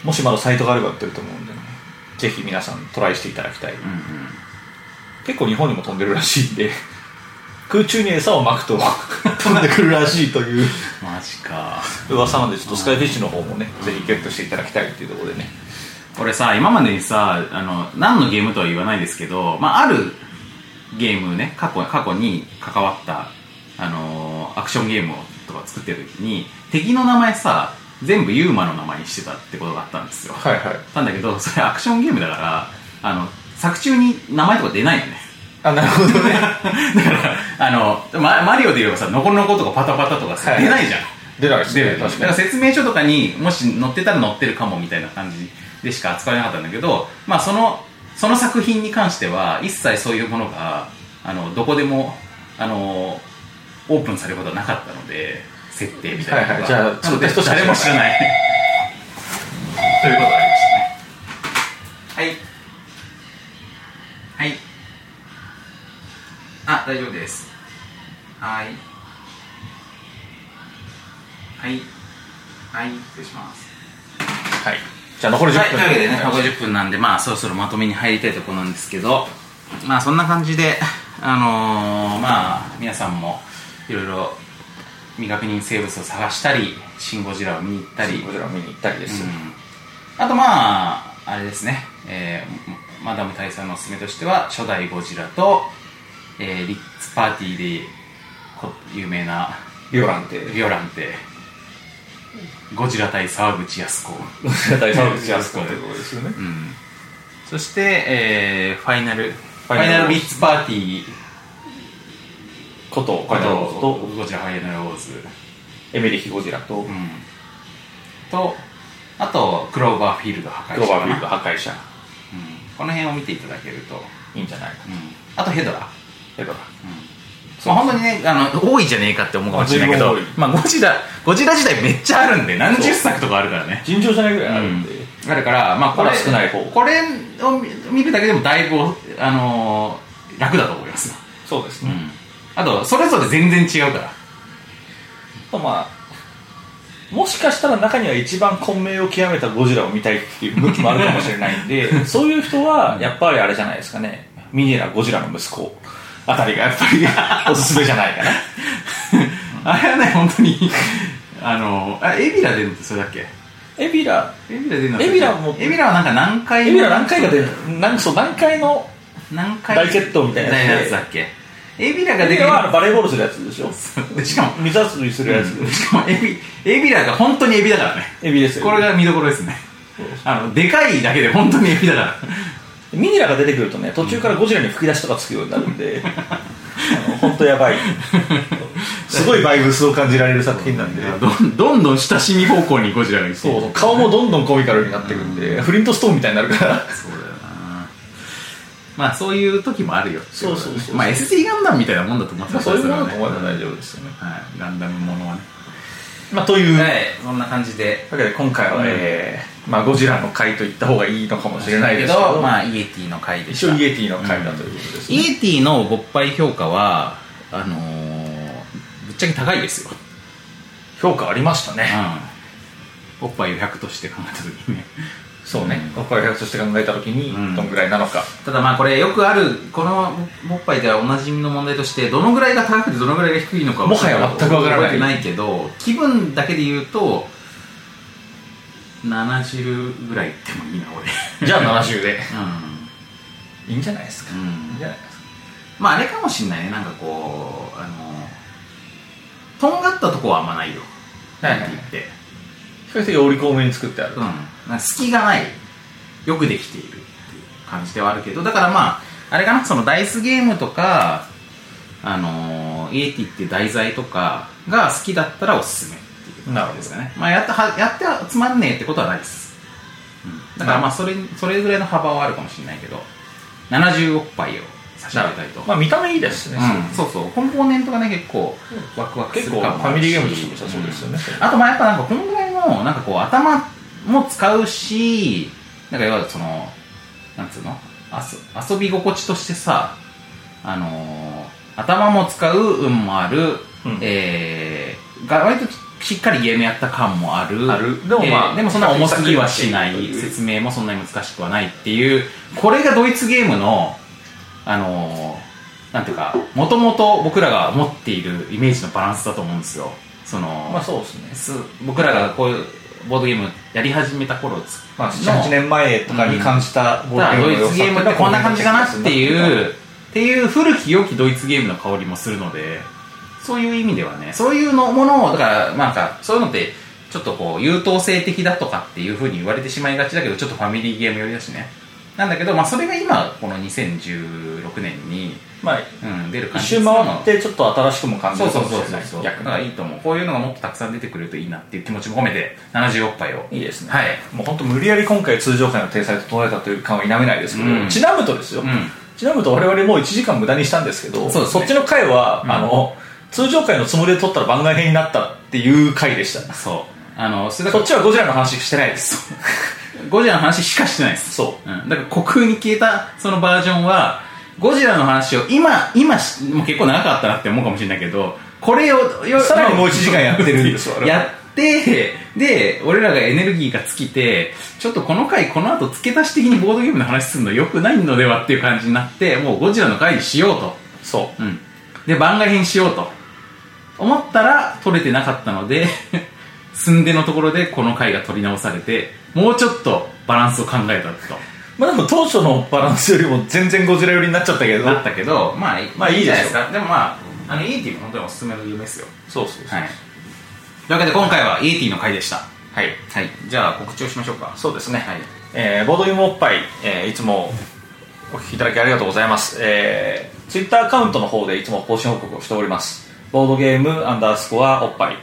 Speaker 3: もしまだサイトがあれば売ってると思うんでねぜひ皆さんトライしていただきたい、結構日本にも飛んでるらしいんで空中に餌をま *laughs* くと飛んでくるらしいという
Speaker 2: マジか。
Speaker 3: 噂なんでちょっとスカイフィッシュの方もね、ぜひゲットしていただきたいっていうところでね
Speaker 2: 俺さ、今までにさ、あの、何のゲームとは言わないですけど、まああるゲームね、過去、過去に関わった、あのーアクションゲームをとか作ってる時に、敵の名前さ、全部ユーマの名前にしてたってことがあったんですよ。
Speaker 3: はいはい
Speaker 2: なんだけど、それアクションゲームだから、あの、作中に名前とか出ないよね。 *laughs*
Speaker 3: あなるほどね
Speaker 2: だから、あの、ま、マリオで言えばさ、ノコノコとかパタパタとかさ、
Speaker 3: はい
Speaker 2: 出ないじゃん。
Speaker 3: *laughs* 出ないです
Speaker 2: 出
Speaker 3: ね
Speaker 2: るだ
Speaker 3: 確
Speaker 2: か
Speaker 3: からに
Speaker 2: 説明書とかにもし載ってたら載ってるかもみたいな感じでしか扱えなかったんだけど、まあ、そのその作品に関しては一切そういうものがあのどこでもあのオープンされることはなかったので設定みたいなのが
Speaker 3: はいはいじゃあ
Speaker 2: なので
Speaker 3: 作った人しか知らない
Speaker 2: 誰も知らない *laughs* ということがありましたねはいはいあ大丈夫ですはいはいはい失礼します
Speaker 3: はいじゃあ残り10分
Speaker 2: はい、というわけでね、50分なんで、まあ、そろそろまとめに入りたいところなんですけど、まあ、そんな感じで、あのーまあ、皆さんも、いろいろ、未確認生物を探したり、シン・ゴジラを見に行ったり、
Speaker 3: こちら見に行ったりですよ、
Speaker 2: あと、まあ、あれですね、えーマダム大佐のおすすめとしては、初代ゴジラと、えーリッツパーティーでこ有名な、
Speaker 3: ビオランテ
Speaker 2: ビオランテ、ゴジラ対沢口靖子。
Speaker 3: *laughs* 大
Speaker 2: 沢
Speaker 3: 沢
Speaker 2: 口
Speaker 3: 口
Speaker 2: 靖子
Speaker 3: 靖子
Speaker 2: と
Speaker 3: と
Speaker 2: い
Speaker 3: いうう
Speaker 2: こ
Speaker 3: ことですよね、
Speaker 2: うんそして、えーファイナルフ
Speaker 3: ァイナ
Speaker 2: ァ
Speaker 3: ル
Speaker 2: イナルビッツパーティー
Speaker 3: こと
Speaker 2: こ
Speaker 3: カナロ
Speaker 2: と
Speaker 3: と
Speaker 2: ゴジラファイナルウォーズ、
Speaker 3: エメリヒ・ゴジラと、
Speaker 2: うん、とあとクローバーフィールド破壊
Speaker 3: クローバーフィール
Speaker 2: か
Speaker 3: ド
Speaker 2: な
Speaker 3: 破壊者
Speaker 2: うんこの辺を見ていただけると、
Speaker 3: いいんじゃないか
Speaker 2: うんあとヘドラ
Speaker 3: やっぱ
Speaker 2: まあ、本当にねあの多いじゃねえかって思うかもしれないけど
Speaker 3: 随分、
Speaker 2: まあ、ゴジラゴジラ自体めっちゃあるんで何十作とかあるからね
Speaker 3: 尋常じゃないぐらいあるんで、
Speaker 2: うん、あるから、まあ、こ
Speaker 3: ま
Speaker 2: れ
Speaker 3: だ少ない方
Speaker 2: これを見見るだけでもだいぶあのー楽だと思いますよ、
Speaker 3: そうです
Speaker 2: う
Speaker 3: ね、
Speaker 2: ん、あとそれぞれ全然違うから
Speaker 3: あとまあもしかしたら中には一番混迷を極めたゴジラを見たいっていう向きもあるかもしれないん *laughs* でそういう人はやっぱりあれじゃないですかねミネラゴジラの息子あたり *laughs* がやっぱりおすすめじゃないかな
Speaker 2: *laughs* あれはね本当にあのあエビラ出るのってそれだっけ
Speaker 3: エビラ
Speaker 2: エビラ出るのって
Speaker 3: エビラも
Speaker 2: エビラはなんか何回
Speaker 3: エビラ何回か出るなんそう何回の
Speaker 2: 何回
Speaker 3: 大決闘みたいなやつで
Speaker 2: やつだっけエビラが
Speaker 3: エ
Speaker 2: 出
Speaker 3: ビ
Speaker 2: て
Speaker 3: ラはあのバレーボールするやつでしょ
Speaker 2: でしかも
Speaker 3: 水遊びするやつ、
Speaker 2: しかもエビエビラが本当にエビだからね
Speaker 3: エビですよ
Speaker 2: これが見どころですねあのでかいだけで本当にエビだから
Speaker 3: ミニラが出てくるとね途中からゴジラに吹き出しとかつくようになるん *laughs* であの本当やばいすごいバイブスを感じられる作品なんで
Speaker 2: どんどんどん親しみ方向にゴジラが行って
Speaker 3: そう顔もどんどんコミカルになってくんでフリントストーンみたいになる *laughs* から
Speaker 2: そうだよなまあそういう時もあるよっていことだね
Speaker 3: そうそうそう
Speaker 2: まあ SG ガンダムみたいなもんだと思って
Speaker 3: まあ
Speaker 2: た
Speaker 3: そういうもの
Speaker 2: そ
Speaker 3: と
Speaker 2: れ
Speaker 3: 思
Speaker 2: は
Speaker 3: え
Speaker 2: ね
Speaker 3: ば大丈夫ですよね、
Speaker 2: はいガンダムものはね
Speaker 3: まあ、という
Speaker 2: は
Speaker 3: わ
Speaker 2: いそんな感じで
Speaker 3: けで今回は、
Speaker 2: うん
Speaker 3: えーまあ、ゴジラの回と言った方がいいのかもしれないですけど
Speaker 2: まあイエティの回でした
Speaker 3: 一応イエティの回だということです、ね
Speaker 2: イエティの勃発評価はあのーぶっちゃけ高いですよ、
Speaker 3: 評価ありましたね、
Speaker 2: うん、おっぱいを100として考えた時にね
Speaker 3: そうね、
Speaker 2: うん
Speaker 3: おっぱいを100として考えた時
Speaker 2: うん
Speaker 3: にどんぐらいなのか、
Speaker 2: ただまあこれよくあるこのおっぱいではおなじみの問題としてどのぐらいが高くてどのぐらいが低いのか
Speaker 3: もはや全くわからない
Speaker 2: 覚えてないけど気分だけで言うと70ぐらいいってもいいな俺
Speaker 3: *laughs* じゃあ70で
Speaker 2: う
Speaker 3: いいんじゃないですか、
Speaker 2: ん、うん
Speaker 3: いいんじゃないですか
Speaker 2: まああれかもしんないねなんかこうあのとんがったとこはあんまないよ
Speaker 3: はいはい
Speaker 2: って言って、
Speaker 3: 比較的折り込めに作ってある、
Speaker 2: うん、なんか隙がないよくできているっていう感じではあるけどだからまああれかなそのダイスゲームとかあのー、イエティっていう題材とかが好きだったらおすすめっていう感じですかねまあやったはやってはつまんねえってことはないです、うん、だからまあそれそれぐらいの幅はあるかもしれないけど70おっぱいを差し上げたいと、
Speaker 3: まあ見た目いいですしね、
Speaker 2: うん、そうそうコンポーネントがね結構ワクワクす
Speaker 3: 結
Speaker 2: る
Speaker 3: 構フ
Speaker 2: 感もあ
Speaker 3: ァ
Speaker 2: る
Speaker 3: ミ
Speaker 2: し
Speaker 3: リーゲームとしても良さそうですよね、
Speaker 2: あとまあやっぱなんかこのぐらいのなんかこう頭も使うしなんかいわゆるそのなんつうの遊遊び心地としてさあのー頭も使う運もある、
Speaker 3: うん
Speaker 2: えーが割としっかりゲームやった感もある
Speaker 3: あるでもまあ
Speaker 2: えーでもそんな重すぎはしな
Speaker 3: 比較的
Speaker 2: い
Speaker 3: しっかり
Speaker 2: 説明もそんなに難しくはないっていうこれがドイツゲームのあのーなんていうかもともと僕らが持っているイメージのバランスだと思うんですよその、
Speaker 3: まあそうですね
Speaker 2: す僕らがこういうボードゲームやり始めた頃つ
Speaker 3: まあ、
Speaker 2: の
Speaker 3: 78年前とかに感じたボ
Speaker 2: ただ
Speaker 3: ー
Speaker 2: ド
Speaker 3: ドゲ
Speaker 2: イ
Speaker 3: ームの良さ
Speaker 2: ツゲームってこんな感じかなって
Speaker 3: う
Speaker 2: いうっていう古き良きドイツゲームの香りもするのでそういう意味ではねそういうのものをだからまあなんかそういうのってちょっとこう優等生的だとかっていうふうに言われてしまいがちだけどちょっとファミリーゲーム寄りだしねなんだけどまあそれが今この2016年に、
Speaker 3: まあ
Speaker 2: うん、出る
Speaker 3: 一
Speaker 2: 感じ
Speaker 3: 周回ってちょっと新しくも感じ
Speaker 2: そう
Speaker 3: る
Speaker 2: そ
Speaker 3: か
Speaker 2: う
Speaker 3: もし
Speaker 2: そう
Speaker 3: れ
Speaker 2: そう
Speaker 3: な
Speaker 2: そうだ
Speaker 3: い逆
Speaker 2: からいいと思うこういうのがもっとたくさん出てくるといいなっていう気持ちも込めて70おっぱいを
Speaker 3: にいいですね、
Speaker 2: はい
Speaker 3: もう本当無理やり今回通常回の体裁を整えたという感は否めないですけど、
Speaker 2: うん
Speaker 3: ちなむとですよ、
Speaker 2: うん
Speaker 3: ちなむと我々もう1時間無駄にしたんですけど
Speaker 2: そうですね
Speaker 3: っちの回は、
Speaker 2: うん
Speaker 3: あの通常回のつもりで撮ったら番外編になったっていう回でした
Speaker 2: そうあのそれだか
Speaker 3: そっ
Speaker 2: ら
Speaker 3: ちはゴジラの話してないです
Speaker 2: ゴジラの話しかしてないです、
Speaker 3: そう
Speaker 2: ん、だから虚空に消えたそのバージョンはゴジラの話を今今しもう結構長かったなって思うかもしれないけどこれをよ
Speaker 3: さらにもう一時間やってる
Speaker 2: *laughs*
Speaker 3: んですよ
Speaker 2: やってで俺らがエネルギーが尽きてちょっとこの回この後付け足し的にボードゲームの話するのよくないのではっていう感じになってもうゴジラの回にしようと
Speaker 3: そう
Speaker 2: うん、で番外編しようと思ったら撮れてなかったので *laughs* 寸出のところでこの回が撮り直されてもうちょっとバランスを考えたと
Speaker 3: まあでも当初のバランスよりも全然ゴジラ寄りになっちゃったけど
Speaker 2: なったけどまあ
Speaker 3: まあいい
Speaker 2: じ
Speaker 3: で
Speaker 2: ゃない
Speaker 3: しょう
Speaker 2: ですかでもまああのイエティも本当におすすめの夢ですよ
Speaker 3: そうそうそう
Speaker 2: はいというわけで今回はイエティの回でした
Speaker 3: はい、
Speaker 2: はいじゃあ告知をしましょうか
Speaker 3: そうですね
Speaker 2: はい
Speaker 3: えーボードゲームおっぱい、えーいつもお聞きいただきありがとうございます、えー、ツイッターアカウントの方でいつも更新報告をしておりますボードゲームアンダースコアおっぱい、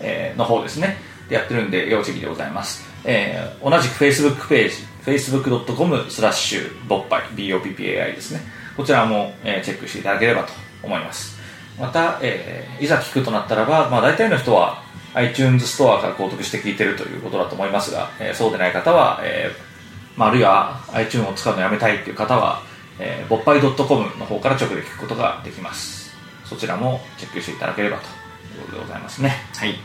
Speaker 3: えーの方ですねでやってるんで要注意でございます、えー同じく Facebook ページ facebook.com スラッシュボッパイ BOPPAI ですねこちらも、えーチェックしていただければと思いますまた、えーいざ聞くとなったらば、まあ、大体の人は iTunes ストアから購読して聞いてるということだと思いますが、えーそうでない方は、えーまあ、あるいは iTunes を使うのやめたいっていう方は、えー、勃発 .com の方から直で聞くことができますそちらもチェックしていただければということでございますね
Speaker 2: はい。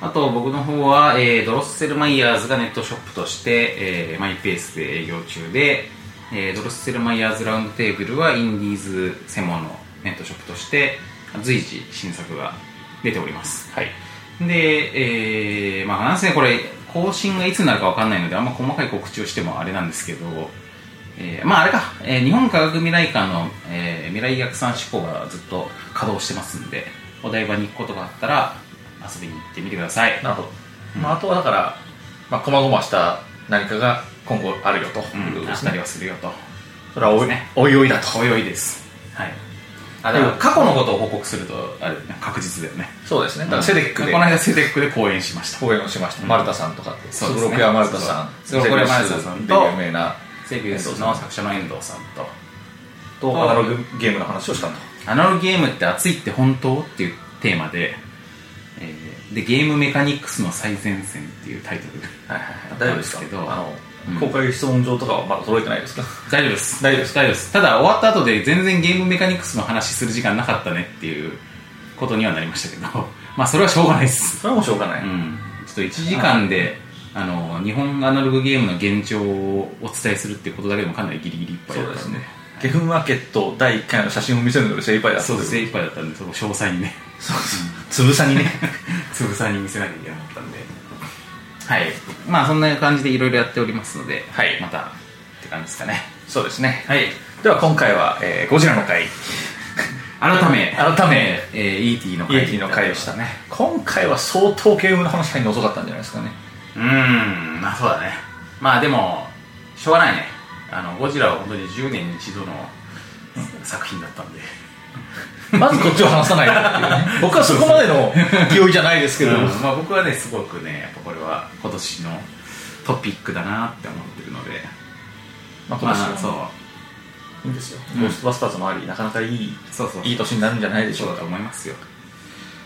Speaker 2: あと僕の方は、えードロッセルマイヤーズがネットショップとして、えーマイペースで営業中で、えードロッセルマイヤーズラウンドテーブルはインディーズ専門のネットショップとして随時新作が出ております。
Speaker 3: はい
Speaker 2: で、えーまあなんせこれ更新がいつになるかわかんないのであんま細かい告知をしてもあれなんですけど、えーまああれか、えー日本科学未来館の、えー未来逆算思考がずっと稼働してますんでお台場に行くことがあったら遊びに行ってみてください
Speaker 3: なるほど、まあ、あとはだからまあこまごました何かが今後あるよと
Speaker 2: うん
Speaker 3: いう
Speaker 2: あ
Speaker 3: ことで
Speaker 2: っ
Speaker 3: す
Speaker 2: た
Speaker 3: ね、
Speaker 2: りはするよと
Speaker 3: それはおい,、
Speaker 2: ね
Speaker 3: おいおいだと
Speaker 2: おいおいですはいあだから過去のことを報告するとあれ確実だよね
Speaker 3: そうですねだからセデックで
Speaker 2: この間セデックで講演しました
Speaker 3: 公演をしました、
Speaker 2: うん
Speaker 3: 丸田さんとか
Speaker 2: そうですね
Speaker 3: すごろく屋丸田さん
Speaker 2: そうそう
Speaker 3: ゼビ
Speaker 2: スゴロ
Speaker 3: ウス
Speaker 2: ク屋丸田さんと
Speaker 3: で有名な
Speaker 2: セビウスの作者の遠藤さんと
Speaker 3: とアナログゲームの話をしたと
Speaker 2: アナログゲームって熱いって本当っていうテーマで、えーでゲームメカニクスの最前線っていうタイトル
Speaker 3: はいはいはい大丈夫ですか
Speaker 2: なんですけど
Speaker 3: あの、
Speaker 2: うん
Speaker 3: 公開質問状とかはまだ届いてないですか
Speaker 2: 大丈夫です
Speaker 3: 大丈夫です
Speaker 2: 大丈夫ですただ終わった後で全然ゲームメカニクスの話する時間なかったねっていうことにはなりましたけど *laughs* まあそれはしょうがないです
Speaker 3: それはもうしょうがない、
Speaker 2: うんちょっと1時間であの日本アナログゲームの現状をお伝えするっていうことだけでもかなりギリギリいっぱい
Speaker 3: そ
Speaker 2: だ
Speaker 3: う
Speaker 2: っ
Speaker 3: で
Speaker 2: た
Speaker 3: す
Speaker 2: んで
Speaker 3: ねゲフンマーケット第1回の写真を見せるので精一杯だった
Speaker 2: そうです精一杯だったんでその詳細にね
Speaker 3: そうですつぶさにね
Speaker 2: つぶさに見せなきゃいけなかったんではいまあそんな感じでいろいろやっておりますので、
Speaker 3: はい
Speaker 2: またって感じですかね
Speaker 3: *laughs* そうですね
Speaker 2: はい
Speaker 3: では今回は、えーゴジラの回
Speaker 2: 改め
Speaker 3: 改め、
Speaker 2: えー、ET の
Speaker 3: イ
Speaker 2: 回
Speaker 3: エティの回でしたね今回は相当ゲームの話入るの遅かったんじゃないですか
Speaker 2: *laughs*
Speaker 3: ね
Speaker 2: うーんまあそうだねまあでもしょうがないねあのゴジラは本当に10年に一度の作品だったんで
Speaker 3: まずこっちを話さないとって
Speaker 2: *laughs*
Speaker 3: いうね僕はそこまでの *laughs* 勢いじゃないですけど、
Speaker 2: うんまあ、僕はねすごくねやっぱこれは今年のトピックだなって思ってるので
Speaker 3: まあ、今年
Speaker 2: ま
Speaker 3: は
Speaker 2: あそう
Speaker 3: いいんですよ、
Speaker 2: うん
Speaker 3: ゴーストバスターズもありなかなかいい
Speaker 2: そうそうそう
Speaker 3: いい年になるんじゃないでし
Speaker 2: そ
Speaker 3: ょ
Speaker 2: う
Speaker 3: う
Speaker 2: だ
Speaker 3: か
Speaker 2: と思いますよ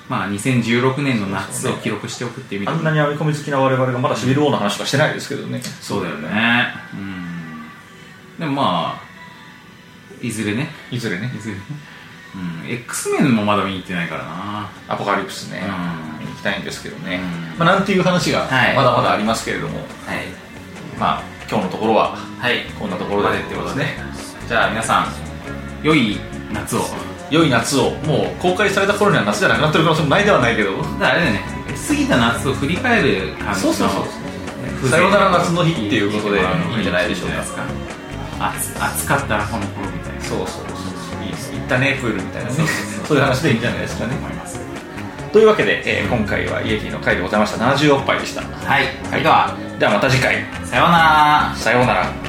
Speaker 2: まあ2016年の夏を記録しておくっていう意味
Speaker 3: あ
Speaker 2: でも
Speaker 3: んなに編み込み好きな我々がまだシビル王の話とかしてないですけどね
Speaker 2: そうだよねうんでもまあいずれね
Speaker 3: いずれね
Speaker 2: いずれねうん X メンもまだ見に行ってないからな
Speaker 3: アポカリプスね、
Speaker 2: うん
Speaker 3: 行きたいんですけどね、
Speaker 2: うん
Speaker 3: まあ、なんていう話が
Speaker 2: はい
Speaker 3: まだまだありますけれども、
Speaker 2: はい
Speaker 3: まあ今日のところは
Speaker 2: はい
Speaker 3: こんなとこ
Speaker 2: こ
Speaker 3: ろ
Speaker 2: こま
Speaker 3: で
Speaker 2: でってことでねじゃあ皆さん良い夏を
Speaker 3: 良い夏をもう公開された頃には夏じゃなくなってる可能性もないではないけど
Speaker 2: だからあれだよね過ぎた夏を振り返る感じの
Speaker 3: そうそうそう
Speaker 2: 風情
Speaker 3: さよなら夏の日っていうことでいいんじゃないでしょうか
Speaker 2: 暑暑かったなこの頃みたいな
Speaker 3: そうそうそういいです行ったねプールみたいなねそういう話でいいんじゃないですかね
Speaker 2: 思います
Speaker 3: というわけで、えー今回はイエティの回でございました70億杯でした
Speaker 2: はい、それでは
Speaker 3: ではまた次回
Speaker 2: さようなら
Speaker 3: さようなら